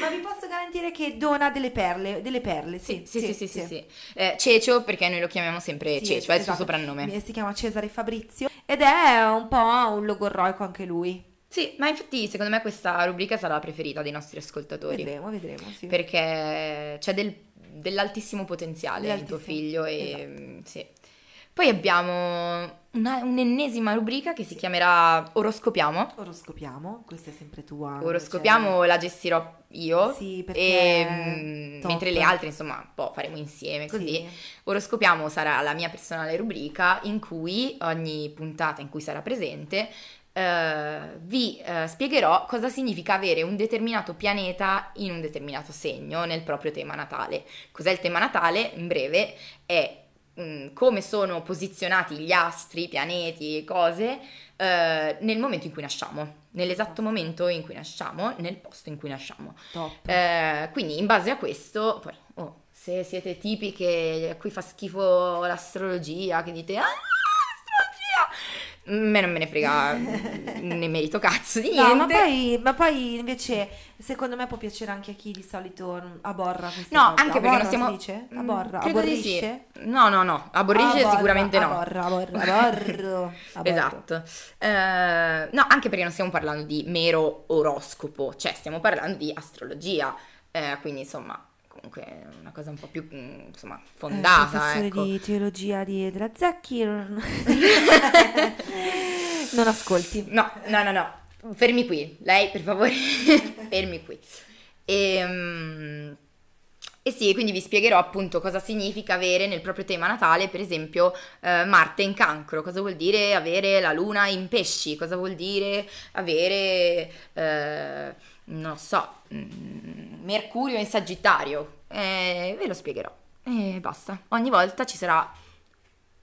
[SPEAKER 1] ma vi posso garantire che dona delle perle, delle perle, sì,
[SPEAKER 2] Sì, sì, sì, sì, sì, sì. Eh, Cecio, perché noi lo chiamiamo sempre
[SPEAKER 1] Sì,
[SPEAKER 2] Cecio, è il suo
[SPEAKER 1] esatto.
[SPEAKER 2] soprannome.
[SPEAKER 1] Eh, Si chiama Cesare Fabrizio ed è un po' un logorroico anche lui.
[SPEAKER 2] Sì, ma infatti secondo me questa rubrica sarà la preferita dei nostri ascoltatori,
[SPEAKER 1] Vedremo, vedremo, sì.
[SPEAKER 2] perché c'è del- dell'altissimo potenziale il tuo
[SPEAKER 1] Dell'altissimo, esatto.
[SPEAKER 2] figlio e mm, sì. Poi abbiamo una- un'ennesima rubrica che si chiamerà Oroscopiamo.
[SPEAKER 1] Oroscopiamo, questa è sempre tua.
[SPEAKER 2] Oroscopiamo la gestirò io.
[SPEAKER 1] cioè- Sì, perché
[SPEAKER 2] E, mm,
[SPEAKER 1] top.
[SPEAKER 2] mentre le altre, insomma, un po' faremo insieme così.
[SPEAKER 1] Sì.
[SPEAKER 2] Oroscopiamo sarà la mia personale rubrica in cui ogni puntata in cui sarà presente eh, vi eh, spiegherò cosa significa avere un determinato pianeta in un determinato segno nel proprio tema natale. Cos'è il tema natale? In breve è mm, come sono posizionati gli astri, i pianeti e cose eh, nel momento in cui nasciamo, nell'esatto momento in cui nasciamo, nel posto in cui nasciamo.
[SPEAKER 1] Top.
[SPEAKER 2] Eh, quindi in base a questo, poi, oh, se siete tipi che a cui fa schifo l'astrologia, che dite "Ah, astrologia", me non me ne frega ne merito cazzo di
[SPEAKER 1] No,
[SPEAKER 2] niente.
[SPEAKER 1] ma poi, ma poi invece secondo me può piacere anche a chi di solito mm, aborra questa
[SPEAKER 2] No,
[SPEAKER 1] cosa.
[SPEAKER 2] anche perché non
[SPEAKER 1] Aborra
[SPEAKER 2] stiamo
[SPEAKER 1] si dice?
[SPEAKER 2] Mm,
[SPEAKER 1] Aborra,
[SPEAKER 2] credo di sì.
[SPEAKER 1] aborrisce?
[SPEAKER 2] No, no, no, aborrisce
[SPEAKER 1] Aborra,
[SPEAKER 2] sicuramente no.
[SPEAKER 1] Aborra, aborra, aborro, aborro.
[SPEAKER 2] Esatto. Eh, no, anche perché non stiamo parlando di mero oroscopo, cioè stiamo parlando di astrologia, eh, quindi insomma, comunque è una cosa un po' più mm, insomma,
[SPEAKER 1] Eh,
[SPEAKER 2] fondata,
[SPEAKER 1] professore
[SPEAKER 2] ecco.
[SPEAKER 1] di teologia di, della Zacchi non... non ascolti
[SPEAKER 2] No, no, no, no. Fermi qui. Lei, per favore, fermi qui. Ehm, E, sì, quindi vi spiegherò appunto cosa significa avere nel proprio tema natale, per esempio, eh, Marte in cancro. Cosa vuol dire avere la luna in pesci? Cosa vuol dire avere, eh, non so, mm, Mercurio in Sagittario? Eh, ve lo spiegherò. E basta. Ogni volta ci sarà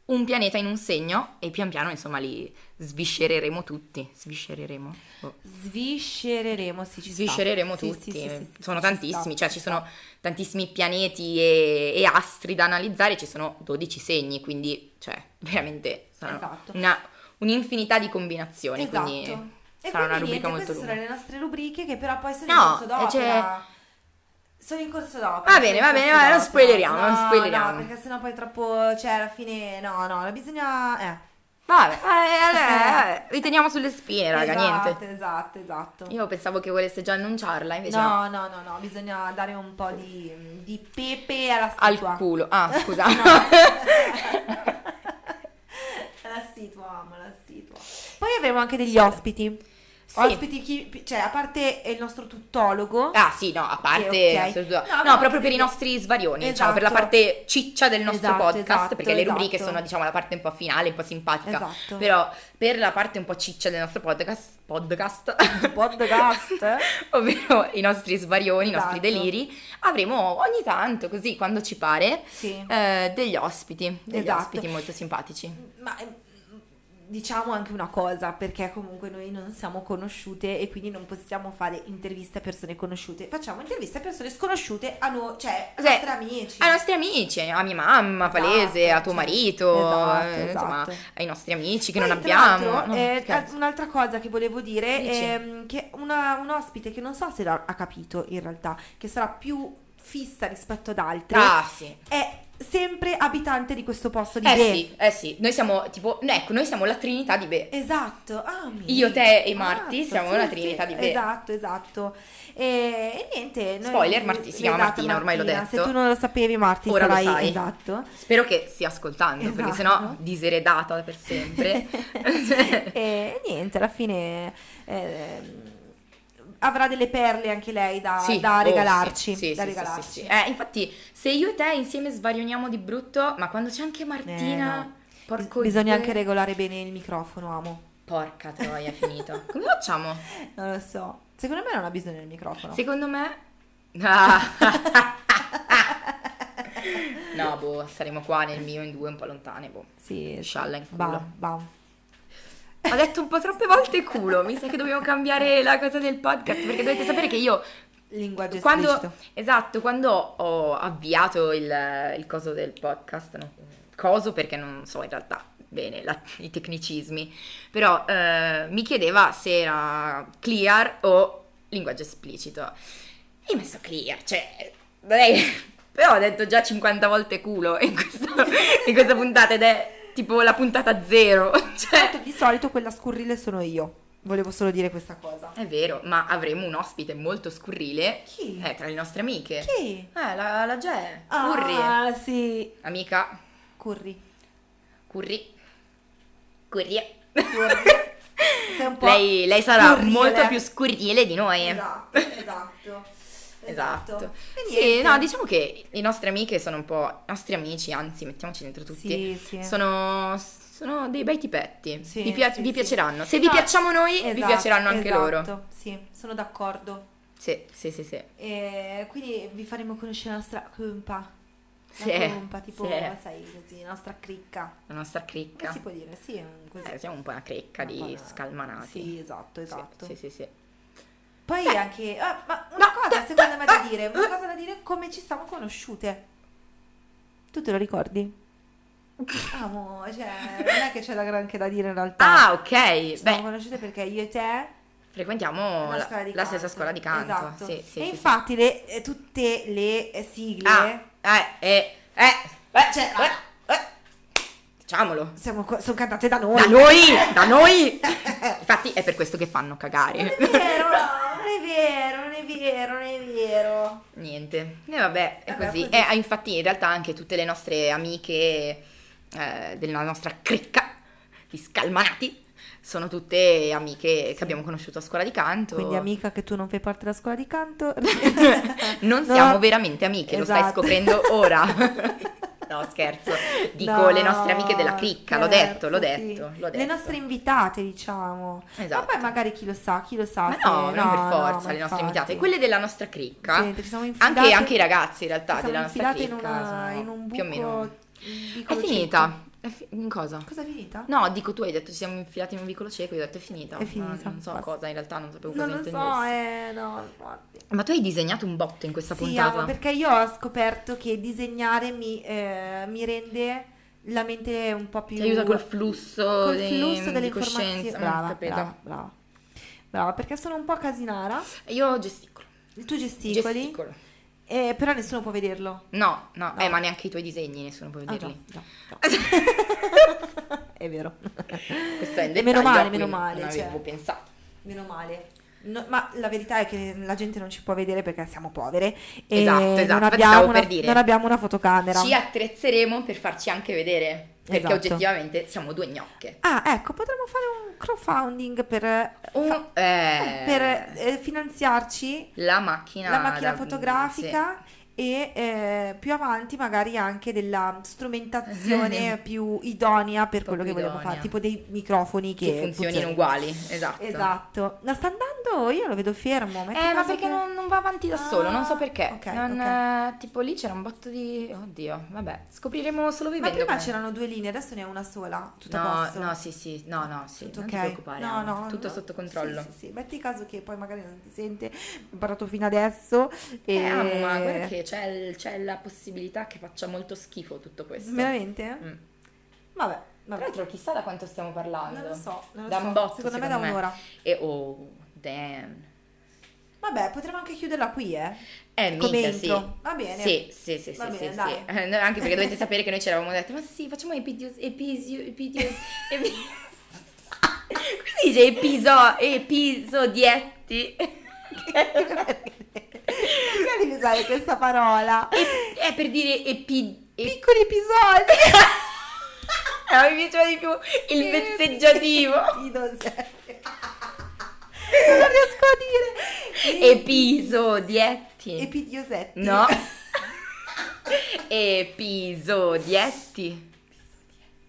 [SPEAKER 2] un pianeta in un segno e pian piano, insomma, li sviscereremo tutti. Sviscereremo. Boh.
[SPEAKER 1] sviscereremo sì, ci sta.
[SPEAKER 2] Sviscereremo
[SPEAKER 1] Sì,
[SPEAKER 2] tutti. eh.
[SPEAKER 1] sì, sì, sì, sì,
[SPEAKER 2] sono
[SPEAKER 1] ci sta,
[SPEAKER 2] tantissimi, cioè ci
[SPEAKER 1] sta.
[SPEAKER 2] sono tantissimi pianeti e, e astri da analizzare, ci sono 12 segni, quindi, cioè, veramente saranno
[SPEAKER 1] Esatto.
[SPEAKER 2] una- un'infinità di combinazioni,
[SPEAKER 1] esatto.
[SPEAKER 2] quindi
[SPEAKER 1] E
[SPEAKER 2] sarà una
[SPEAKER 1] quindi niente,
[SPEAKER 2] rubrica molto
[SPEAKER 1] queste
[SPEAKER 2] lunga.
[SPEAKER 1] sono le nostre rubriche che però poi sono
[SPEAKER 2] No,
[SPEAKER 1] in corso d'opera
[SPEAKER 2] cioè-
[SPEAKER 1] sono in corso d'opera
[SPEAKER 2] Va bene,
[SPEAKER 1] sono in
[SPEAKER 2] va bene,
[SPEAKER 1] corso
[SPEAKER 2] va, non
[SPEAKER 1] d'opera.
[SPEAKER 2] spoileriamo, non
[SPEAKER 1] No,
[SPEAKER 2] spoileriamo.
[SPEAKER 1] no perché sennò poi è troppo cioè alla fine no no bisogna eh,
[SPEAKER 2] Vabbè, vabbè, vabbè, vabbè, vi teniamo sulle spine, Eh, raga,
[SPEAKER 1] esatto,
[SPEAKER 2] niente.
[SPEAKER 1] esatto esatto
[SPEAKER 2] Io pensavo che volesse già annunciarla, invece no.
[SPEAKER 1] No, no, no, no, bisogna dare un po' di, di pepe alla
[SPEAKER 2] al
[SPEAKER 1] situa.
[SPEAKER 2] culo. Ah, scusa.
[SPEAKER 1] alla situa, amo la situa. Poi avremo anche degli ospiti.
[SPEAKER 2] Sì.
[SPEAKER 1] Ospiti, chi- cioè, a parte il nostro tuttologo.
[SPEAKER 2] Ah sì, no, a parte...
[SPEAKER 1] Ok, ok. No,
[SPEAKER 2] No, no,
[SPEAKER 1] no,
[SPEAKER 2] proprio per
[SPEAKER 1] perché-
[SPEAKER 2] i nostri svarioni,
[SPEAKER 1] Esatto.
[SPEAKER 2] diciamo, per la parte ciccia del nostro
[SPEAKER 1] Esatto,
[SPEAKER 2] podcast,
[SPEAKER 1] esatto,
[SPEAKER 2] perché le rubriche
[SPEAKER 1] esatto.
[SPEAKER 2] sono, diciamo, la parte un po' finale, un po' simpatica.
[SPEAKER 1] Esatto.
[SPEAKER 2] Però per la parte un po' ciccia del nostro podcast, podcast
[SPEAKER 1] Podcast.
[SPEAKER 2] ovvero i nostri svarioni, i nostri
[SPEAKER 1] Esatto.
[SPEAKER 2] deliri, avremo ogni tanto, così quando ci pare,
[SPEAKER 1] Sì.
[SPEAKER 2] eh, degli ospiti, degli
[SPEAKER 1] Esatto.
[SPEAKER 2] ospiti molto simpatici.
[SPEAKER 1] Ma eh, diciamo anche una cosa, perché comunque noi non siamo conosciute e quindi non possiamo fare interviste a persone conosciute. Facciamo interviste a persone sconosciute, a noi, cioè a
[SPEAKER 2] Cioè,
[SPEAKER 1] nostri amici.
[SPEAKER 2] Ai nostri amici, a mia mamma,
[SPEAKER 1] Esatto,
[SPEAKER 2] Palese, a tuo
[SPEAKER 1] cioè,
[SPEAKER 2] marito,
[SPEAKER 1] esatto,
[SPEAKER 2] eh, insomma,
[SPEAKER 1] esatto.
[SPEAKER 2] ai nostri amici che
[SPEAKER 1] Poi,
[SPEAKER 2] non
[SPEAKER 1] tra
[SPEAKER 2] abbiamo.
[SPEAKER 1] l'altro,
[SPEAKER 2] No,
[SPEAKER 1] eh,
[SPEAKER 2] scherzo.
[SPEAKER 1] un'altra cosa che volevo dire
[SPEAKER 2] Dici.
[SPEAKER 1] è mm, che una- un ospite che non so se l'ha- ha capito in realtà, che sarà più fissa rispetto ad altri,
[SPEAKER 2] Ah, sì.
[SPEAKER 1] è sempre abitante di questo posto di
[SPEAKER 2] Eh
[SPEAKER 1] Be.
[SPEAKER 2] sì, eh sì, noi siamo tipo, no, ecco, noi siamo la Trinità di Be.
[SPEAKER 1] Esatto, ah, mi-
[SPEAKER 2] Io, te e Marti
[SPEAKER 1] Ammazza,
[SPEAKER 2] siamo
[SPEAKER 1] sì,
[SPEAKER 2] la
[SPEAKER 1] sì,
[SPEAKER 2] trinità di Be.
[SPEAKER 1] Esatto, esatto. E, e niente. noi- Esatto,
[SPEAKER 2] Spoiler, Marti si chiama Martina, ormai l'ho
[SPEAKER 1] Martina, Se
[SPEAKER 2] detto.
[SPEAKER 1] tu non lo sapevi, Marti,
[SPEAKER 2] Ora lo
[SPEAKER 1] sarai
[SPEAKER 2] sai.
[SPEAKER 1] esatto.
[SPEAKER 2] Spero che stia ascoltando, perché sennò
[SPEAKER 1] Esatto.
[SPEAKER 2] diseredata per sempre.
[SPEAKER 1] e niente, alla fine ehm, avrà delle perle anche lei da,
[SPEAKER 2] Sì,
[SPEAKER 1] da
[SPEAKER 2] oh,
[SPEAKER 1] regalarci.
[SPEAKER 2] sì, sì,
[SPEAKER 1] da
[SPEAKER 2] sì, sì,
[SPEAKER 1] regalarci.
[SPEAKER 2] sì, sì. Eh, infatti, se io e te insieme svarioniamo di brutto, ma quando c'è anche Martina,
[SPEAKER 1] Eh, no.
[SPEAKER 2] porco
[SPEAKER 1] Bisogna
[SPEAKER 2] due-
[SPEAKER 1] anche regolare bene il microfono, amo.
[SPEAKER 2] Porca troia, è finito. Come facciamo?
[SPEAKER 1] Non lo so. Secondo me non ha bisogno del microfono.
[SPEAKER 2] Secondo me... Ah. no, boh, saremo qua nel mio in due un po' lontane, boh.
[SPEAKER 1] Sì, sì.
[SPEAKER 2] Scialla in culo.
[SPEAKER 1] Bam, bam.
[SPEAKER 2] Ho detto un po' troppe volte culo, mi sa che dobbiamo cambiare la cosa del podcast, perché dovete sapere che io
[SPEAKER 1] Linguaggio
[SPEAKER 2] quando,
[SPEAKER 1] esplicito.
[SPEAKER 2] esatto, quando ho avviato il, il coso del podcast, no, coso perché non so in realtà bene la- i tecnicismi, però eh, mi chiedeva se era clear o linguaggio esplicito. E io ho messo clear, cioè, vorrei- però ho detto già 50 volte culo in, questo- in questa puntata ed è tipo la puntata zero, cioè...
[SPEAKER 1] Tanto Certo, di solito quella scurrile sono io. Volevo solo dire questa cosa.
[SPEAKER 2] È vero, ma avremo un ospite molto scurrile
[SPEAKER 1] Chi?
[SPEAKER 2] eh, tra le nostre amiche.
[SPEAKER 1] Chi?
[SPEAKER 2] Eh, la, la Ge, Curry.
[SPEAKER 1] Ah, sì.
[SPEAKER 2] Amica,
[SPEAKER 1] Curry.
[SPEAKER 2] Curry. Curry.
[SPEAKER 1] Sei un po'
[SPEAKER 2] Lei, lei sarà
[SPEAKER 1] scurrile.
[SPEAKER 2] molto più scurrile di noi.
[SPEAKER 1] Esatto, esatto.
[SPEAKER 2] Esatto.
[SPEAKER 1] E
[SPEAKER 2] Sì,
[SPEAKER 1] niente.
[SPEAKER 2] no, diciamo che le nostre amiche sono un po'... I nostri amici, anzi, mettiamoci dentro tutti.
[SPEAKER 1] Sì, sì.
[SPEAKER 2] Sono... Sono dei bei tipetti.
[SPEAKER 1] Sì,
[SPEAKER 2] vi, pia-
[SPEAKER 1] sì,
[SPEAKER 2] vi
[SPEAKER 1] sì.
[SPEAKER 2] piaceranno. Se vi
[SPEAKER 1] No,
[SPEAKER 2] piacciamo noi, vi
[SPEAKER 1] Esatto,
[SPEAKER 2] piaceranno anche
[SPEAKER 1] esatto,
[SPEAKER 2] loro.
[SPEAKER 1] Sì, sono d'accordo.
[SPEAKER 2] Sì, sì, sì, sì.
[SPEAKER 1] E quindi vi faremo conoscere la nostra compa. La
[SPEAKER 2] Sì,
[SPEAKER 1] compa, tipo,
[SPEAKER 2] sì.
[SPEAKER 1] sai, così, la nostra cricca.
[SPEAKER 2] La nostra
[SPEAKER 1] Come
[SPEAKER 2] cricca.
[SPEAKER 1] si può dire? Sì, è un- così.
[SPEAKER 2] Eh, siamo un po' una crecca di
[SPEAKER 1] Una-
[SPEAKER 2] scalmanati.
[SPEAKER 1] Sì, esatto,
[SPEAKER 2] Sì,
[SPEAKER 1] esatto.
[SPEAKER 2] Sì, sì, sì.
[SPEAKER 1] Poi anche, ah, ma una
[SPEAKER 2] No.
[SPEAKER 1] cosa secondo me da
[SPEAKER 2] Eh,
[SPEAKER 1] dire, una cosa da dire è come ci siamo conosciute. Tu te lo ricordi? Amo, cioè, non è che c'è da- anche da dire in realtà.
[SPEAKER 2] Ah, ok.
[SPEAKER 1] ci siamo
[SPEAKER 2] Beh,
[SPEAKER 1] conosciute perché io e te
[SPEAKER 2] frequentiamo
[SPEAKER 1] la,
[SPEAKER 2] la,
[SPEAKER 1] scuola di
[SPEAKER 2] la
[SPEAKER 1] canto.
[SPEAKER 2] stessa scuola di canto.
[SPEAKER 1] Esatto.
[SPEAKER 2] Sì, sì,
[SPEAKER 1] e
[SPEAKER 2] sì,
[SPEAKER 1] infatti le- eh, tutte le eh,
[SPEAKER 2] sì.
[SPEAKER 1] sigle
[SPEAKER 2] Ah, eh, eh, eh, eh,
[SPEAKER 1] Cioè,
[SPEAKER 2] eh, eh. Diciamolo.
[SPEAKER 1] siamo co- sono cantate da noi.
[SPEAKER 2] Da noi, da noi. Infatti è per questo che fanno cagare.
[SPEAKER 1] Non è vero, no, non è vero, non è vero, non è vero.
[SPEAKER 2] Niente, e vabbè, è
[SPEAKER 1] Vabbè, così.
[SPEAKER 2] così. Eh, infatti, in realtà, anche tutte le nostre amiche eh, della nostra cricca, gli scalmanati, sono tutte amiche che abbiamo conosciuto a scuola di canto.
[SPEAKER 1] Quindi amica che tu non fai parte della scuola di canto.
[SPEAKER 2] non
[SPEAKER 1] No.
[SPEAKER 2] siamo veramente amiche, lo stai
[SPEAKER 1] Esatto.
[SPEAKER 2] scoprendo ora. Esatto. no, scherzo, dico
[SPEAKER 1] No,
[SPEAKER 2] le nostre amiche della cricca, l'ho detto, l'ho
[SPEAKER 1] scherzo,
[SPEAKER 2] detto,
[SPEAKER 1] sì.
[SPEAKER 2] l'ho detto.
[SPEAKER 1] Le nostre invitate, diciamo.
[SPEAKER 2] Esatto.
[SPEAKER 1] Ma poi magari chi lo sa, chi lo sa.
[SPEAKER 2] Ma
[SPEAKER 1] se-
[SPEAKER 2] no, Ah, non per forza,
[SPEAKER 1] ma
[SPEAKER 2] le nostre
[SPEAKER 1] infatti.
[SPEAKER 2] invitate, quelle della nostra cricca.
[SPEAKER 1] Sì, ci siamo infilate-
[SPEAKER 2] Anche, anche i ragazzi in realtà
[SPEAKER 1] ci siamo
[SPEAKER 2] della nostra
[SPEAKER 1] infilate
[SPEAKER 2] cricca
[SPEAKER 1] in, una-
[SPEAKER 2] sono
[SPEAKER 1] in un buco
[SPEAKER 2] più o meno
[SPEAKER 1] piccolo
[SPEAKER 2] È finita. È fi- in cosa?
[SPEAKER 1] cieco. Cosa è finita?
[SPEAKER 2] No, dico tu hai detto ci siamo infilati in un vicolo cieco, io ho detto è finita.
[SPEAKER 1] È
[SPEAKER 2] ma
[SPEAKER 1] finita,
[SPEAKER 2] non so
[SPEAKER 1] basta.
[SPEAKER 2] cosa, in realtà non sapevo cosa
[SPEAKER 1] non lo
[SPEAKER 2] intendessi.
[SPEAKER 1] so, eh, no, infatti.
[SPEAKER 2] Ma tu hai disegnato un botto in questa
[SPEAKER 1] Sì,
[SPEAKER 2] puntata.
[SPEAKER 1] amo, perché io ho scoperto che disegnare mi, eh, mi rende la mente un po' più...
[SPEAKER 2] Ti aiuta col flusso,
[SPEAKER 1] col
[SPEAKER 2] di-
[SPEAKER 1] flusso
[SPEAKER 2] di
[SPEAKER 1] delle informazioni.
[SPEAKER 2] coscienza. mm,
[SPEAKER 1] Brava,
[SPEAKER 2] capito.
[SPEAKER 1] brava, brava. Brava, perché sono un po' casinara,
[SPEAKER 2] Io gesticolo.
[SPEAKER 1] tu gesticoli,
[SPEAKER 2] Gesticolo.
[SPEAKER 1] eh, però nessuno può vederlo.
[SPEAKER 2] No, no,
[SPEAKER 1] No.
[SPEAKER 2] eh, ma neanche i tuoi disegni, nessuno può
[SPEAKER 1] Ah,
[SPEAKER 2] vederli.
[SPEAKER 1] già, già, già. È vero.
[SPEAKER 2] Questo è un
[SPEAKER 1] Meno
[SPEAKER 2] dettaglio a
[SPEAKER 1] male,
[SPEAKER 2] cui
[SPEAKER 1] meno male,
[SPEAKER 2] Non avevo
[SPEAKER 1] cioè.
[SPEAKER 2] pensato.
[SPEAKER 1] Meno male. No, ma la verità è che la gente non ci può vedere perché siamo povere e
[SPEAKER 2] Esatto, esatto,
[SPEAKER 1] non,
[SPEAKER 2] infatti
[SPEAKER 1] abbiamo
[SPEAKER 2] stavo
[SPEAKER 1] una,
[SPEAKER 2] per dire.
[SPEAKER 1] non abbiamo una fotocamera.
[SPEAKER 2] Ci attrezzeremo per farci anche vedere, perché
[SPEAKER 1] Esatto.
[SPEAKER 2] oggettivamente siamo due gnocche.
[SPEAKER 1] Ah, ecco, potremmo fare un crowdfunding per,
[SPEAKER 2] Un-
[SPEAKER 1] fa-
[SPEAKER 2] eh,
[SPEAKER 1] per eh, finanziarci
[SPEAKER 2] la macchina,
[SPEAKER 1] la macchina
[SPEAKER 2] da-
[SPEAKER 1] fotografica e eh, più avanti magari anche della strumentazione più idonea per
[SPEAKER 2] Un po'
[SPEAKER 1] quello che
[SPEAKER 2] più
[SPEAKER 1] vogliamo fare,
[SPEAKER 2] idonea.
[SPEAKER 1] tipo dei microfoni
[SPEAKER 2] sì,
[SPEAKER 1] che,
[SPEAKER 2] che funzionino
[SPEAKER 1] funzionano.
[SPEAKER 2] uguali, esatto.
[SPEAKER 1] Esatto. No, sta andando, io lo vedo fermo. è
[SPEAKER 2] Eh, ma
[SPEAKER 1] caso
[SPEAKER 2] perché
[SPEAKER 1] che-
[SPEAKER 2] non, non va avanti da solo, non so perché.
[SPEAKER 1] Ah, ok,
[SPEAKER 2] Non,
[SPEAKER 1] ok.
[SPEAKER 2] eh, tipo lì c'era un botto di... Oddio, vabbè, scopriremo solo
[SPEAKER 1] Ma
[SPEAKER 2] vivendo.
[SPEAKER 1] prima
[SPEAKER 2] come-
[SPEAKER 1] c'erano due linee, adesso ne è una sola. Tutto a
[SPEAKER 2] No,
[SPEAKER 1] posto.
[SPEAKER 2] no, sì, sì, no, no, sì,
[SPEAKER 1] Tutto
[SPEAKER 2] non
[SPEAKER 1] ok.
[SPEAKER 2] ti preoccupare,
[SPEAKER 1] No,
[SPEAKER 2] Anna,
[SPEAKER 1] no,
[SPEAKER 2] tutto
[SPEAKER 1] no.
[SPEAKER 2] sotto controllo.
[SPEAKER 1] Sì, sì, sì. Metti caso che poi magari non si sente, ho imparato fino adesso. E...
[SPEAKER 2] Eh, amo, ma guarda che c'è, il- c'è la possibilità che faccia molto schifo tutto questo.
[SPEAKER 1] Veramente?
[SPEAKER 2] Mm.
[SPEAKER 1] Vabbè,
[SPEAKER 2] Tra
[SPEAKER 1] vabbè.
[SPEAKER 2] l'altro chissà da quanto stiamo parlando.
[SPEAKER 1] Non lo so, non lo
[SPEAKER 2] Da
[SPEAKER 1] so.
[SPEAKER 2] un botto,
[SPEAKER 1] secondo me da
[SPEAKER 2] secondo me.
[SPEAKER 1] un'ora.
[SPEAKER 2] E oh, damn.
[SPEAKER 1] Vabbè, potremmo anche chiuderla qui, eh.
[SPEAKER 2] Eh,
[SPEAKER 1] Come
[SPEAKER 2] mica,
[SPEAKER 1] intro.
[SPEAKER 2] sì.
[SPEAKER 1] Va bene.
[SPEAKER 2] Sì, sì, sì,
[SPEAKER 1] Va
[SPEAKER 2] sì,
[SPEAKER 1] bene,
[SPEAKER 2] sì,
[SPEAKER 1] dai.
[SPEAKER 2] sì. Eh, no, Anche perché dovete sapere che noi ci eravamo detto, ma sì, facciamo epidios, episio, epidios, epi- Come si dice episo, episodietti?
[SPEAKER 1] Perché devi usare questa parola?
[SPEAKER 2] È per dire epi... ep-
[SPEAKER 1] Piccoli episodi.
[SPEAKER 2] Ah, mi piaceva di più il vezzeggiativo.
[SPEAKER 1] Sì, non serve. Non riesco a dire.
[SPEAKER 2] Episodietti.
[SPEAKER 1] Epidiosetti.
[SPEAKER 2] No. Episodietti.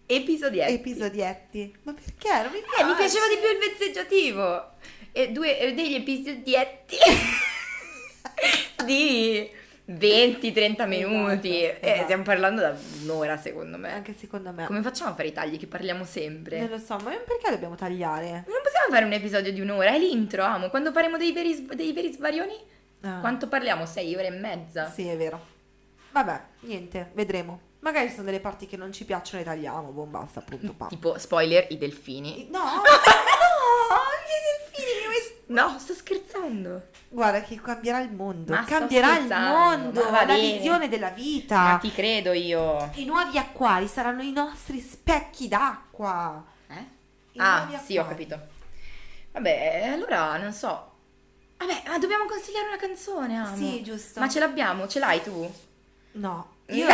[SPEAKER 2] Episodietti.
[SPEAKER 1] Episodietti. Ma perché? Non mi,
[SPEAKER 2] Eh, mi piaceva di più il vezzeggiativo. E due, eh, degli episodietti di 20-30 minuti.
[SPEAKER 1] Esatto,
[SPEAKER 2] Eh,
[SPEAKER 1] esatto.
[SPEAKER 2] stiamo parlando da un'ora, secondo me.
[SPEAKER 1] Anche secondo me.
[SPEAKER 2] Come facciamo a fare i tagli che parliamo sempre?
[SPEAKER 1] Non lo so, ma perché dobbiamo tagliare?
[SPEAKER 2] Non possiamo fare un episodio di un'ora, è l'intro, amo. Quando faremo dei veri, sv- dei veri svarioni?
[SPEAKER 1] Ah,
[SPEAKER 2] Quanto parliamo? Sei ore e mezza.
[SPEAKER 1] Sì, è vero. Vabbè, niente, vedremo. Magari ci sono delle parti che non ci piacciono e tagliamo, buon basta, appunto. pam.
[SPEAKER 2] Tipo, spoiler, i delfini.
[SPEAKER 1] No, no, i delfini mi vuoi-
[SPEAKER 2] No, sto scherzando.
[SPEAKER 1] Guarda che cambierà il mondo,
[SPEAKER 2] Ma sto
[SPEAKER 1] cambierà il
[SPEAKER 2] scherzando,
[SPEAKER 1] mondo,
[SPEAKER 2] ma va
[SPEAKER 1] la
[SPEAKER 2] bene.
[SPEAKER 1] visione della vita.
[SPEAKER 2] Ma ti credo io.
[SPEAKER 1] I nuovi acquari saranno i nostri specchi d'acqua.
[SPEAKER 2] Eh?
[SPEAKER 1] I nuovi
[SPEAKER 2] Ah, sì, ho
[SPEAKER 1] acquari.
[SPEAKER 2] capito. Vabbè, allora, non so. Vabbè, ma dobbiamo consigliare una canzone, amo.
[SPEAKER 1] Sì, giusto.
[SPEAKER 2] Ma Eh? ce l'abbiamo? Ce l'hai tu?
[SPEAKER 1] No, io,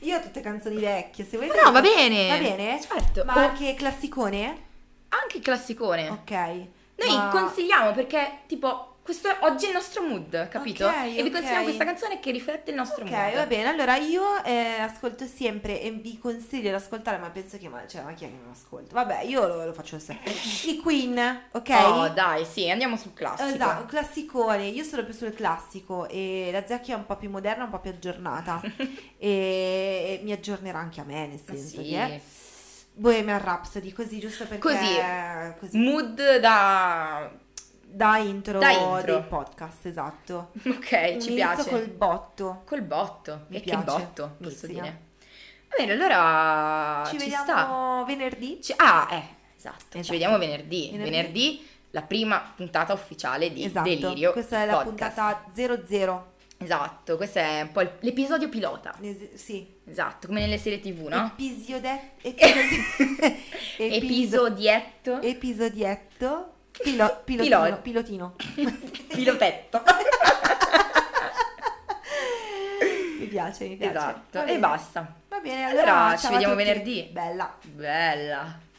[SPEAKER 1] io ho tutte canzoni vecchie, se vuoi.
[SPEAKER 2] No, va bene.
[SPEAKER 1] Va bene?
[SPEAKER 2] Certo.
[SPEAKER 1] Ma
[SPEAKER 2] O-
[SPEAKER 1] anche classicone?
[SPEAKER 2] Anche il classicone.
[SPEAKER 1] Ok.
[SPEAKER 2] Noi
[SPEAKER 1] ma-
[SPEAKER 2] consigliamo perché, tipo, questo è- oggi è il nostro mood, capito?
[SPEAKER 1] Ok,
[SPEAKER 2] e vi
[SPEAKER 1] ok.
[SPEAKER 2] consigliamo questa canzone che riflette il nostro
[SPEAKER 1] Ok,
[SPEAKER 2] mood.
[SPEAKER 1] va bene. Allora io eh, ascolto sempre e vi consiglio di ascoltare, ma penso che ma, cioè, ma chi è che non ascolta? Vabbè, io lo, lo faccio sempre. I Queen, ok?
[SPEAKER 2] Oh, dai, sì, andiamo sul classico.
[SPEAKER 1] Esatto, classicone, io sono più sul classico e la Zacchi è un po' più moderna, un po' più aggiornata e, e mi aggiornerà anche a me, nel
[SPEAKER 2] Ma
[SPEAKER 1] senso
[SPEAKER 2] Ah, sì.
[SPEAKER 1] che Bohemian Rhapsody, così giusto perché
[SPEAKER 2] Così.
[SPEAKER 1] così.
[SPEAKER 2] Mood da...
[SPEAKER 1] da intro,
[SPEAKER 2] Da intro.
[SPEAKER 1] dei podcast, esatto.
[SPEAKER 2] Ok, ci
[SPEAKER 1] Un
[SPEAKER 2] piace.
[SPEAKER 1] inizio col botto.
[SPEAKER 2] Col botto.
[SPEAKER 1] Mi
[SPEAKER 2] e
[SPEAKER 1] piace.
[SPEAKER 2] che botto, posso
[SPEAKER 1] Mizzica.
[SPEAKER 2] dire. Va bene, allora
[SPEAKER 1] ci,
[SPEAKER 2] Ah, ci, sta.
[SPEAKER 1] vediamo venerdì.
[SPEAKER 2] Ci- ah, eh, esatto. Ci
[SPEAKER 1] Esatto.
[SPEAKER 2] vediamo venerdì.
[SPEAKER 1] Venerdì.
[SPEAKER 2] venerdì. la prima puntata ufficiale di
[SPEAKER 1] esatto,
[SPEAKER 2] Delirio.
[SPEAKER 1] questa
[SPEAKER 2] il
[SPEAKER 1] è la
[SPEAKER 2] podcast.
[SPEAKER 1] puntata 00.
[SPEAKER 2] Esatto, questo è un po' il- l'episodio pilota.
[SPEAKER 1] Es- sì.
[SPEAKER 2] Esatto, come nelle serie TV, no?
[SPEAKER 1] Episode- episo-
[SPEAKER 2] Episodietto.
[SPEAKER 1] episodietto pilo- pilotino,
[SPEAKER 2] Pilot.
[SPEAKER 1] pilotino.
[SPEAKER 2] Pilotetto.
[SPEAKER 1] Mi piace, mi piace.
[SPEAKER 2] Esatto.
[SPEAKER 1] Va
[SPEAKER 2] E
[SPEAKER 1] bene.
[SPEAKER 2] basta.
[SPEAKER 1] Va bene, allora,
[SPEAKER 2] Allora, ci
[SPEAKER 1] ciao a
[SPEAKER 2] vediamo
[SPEAKER 1] tutti.
[SPEAKER 2] venerdì.
[SPEAKER 1] Bella.
[SPEAKER 2] Bella.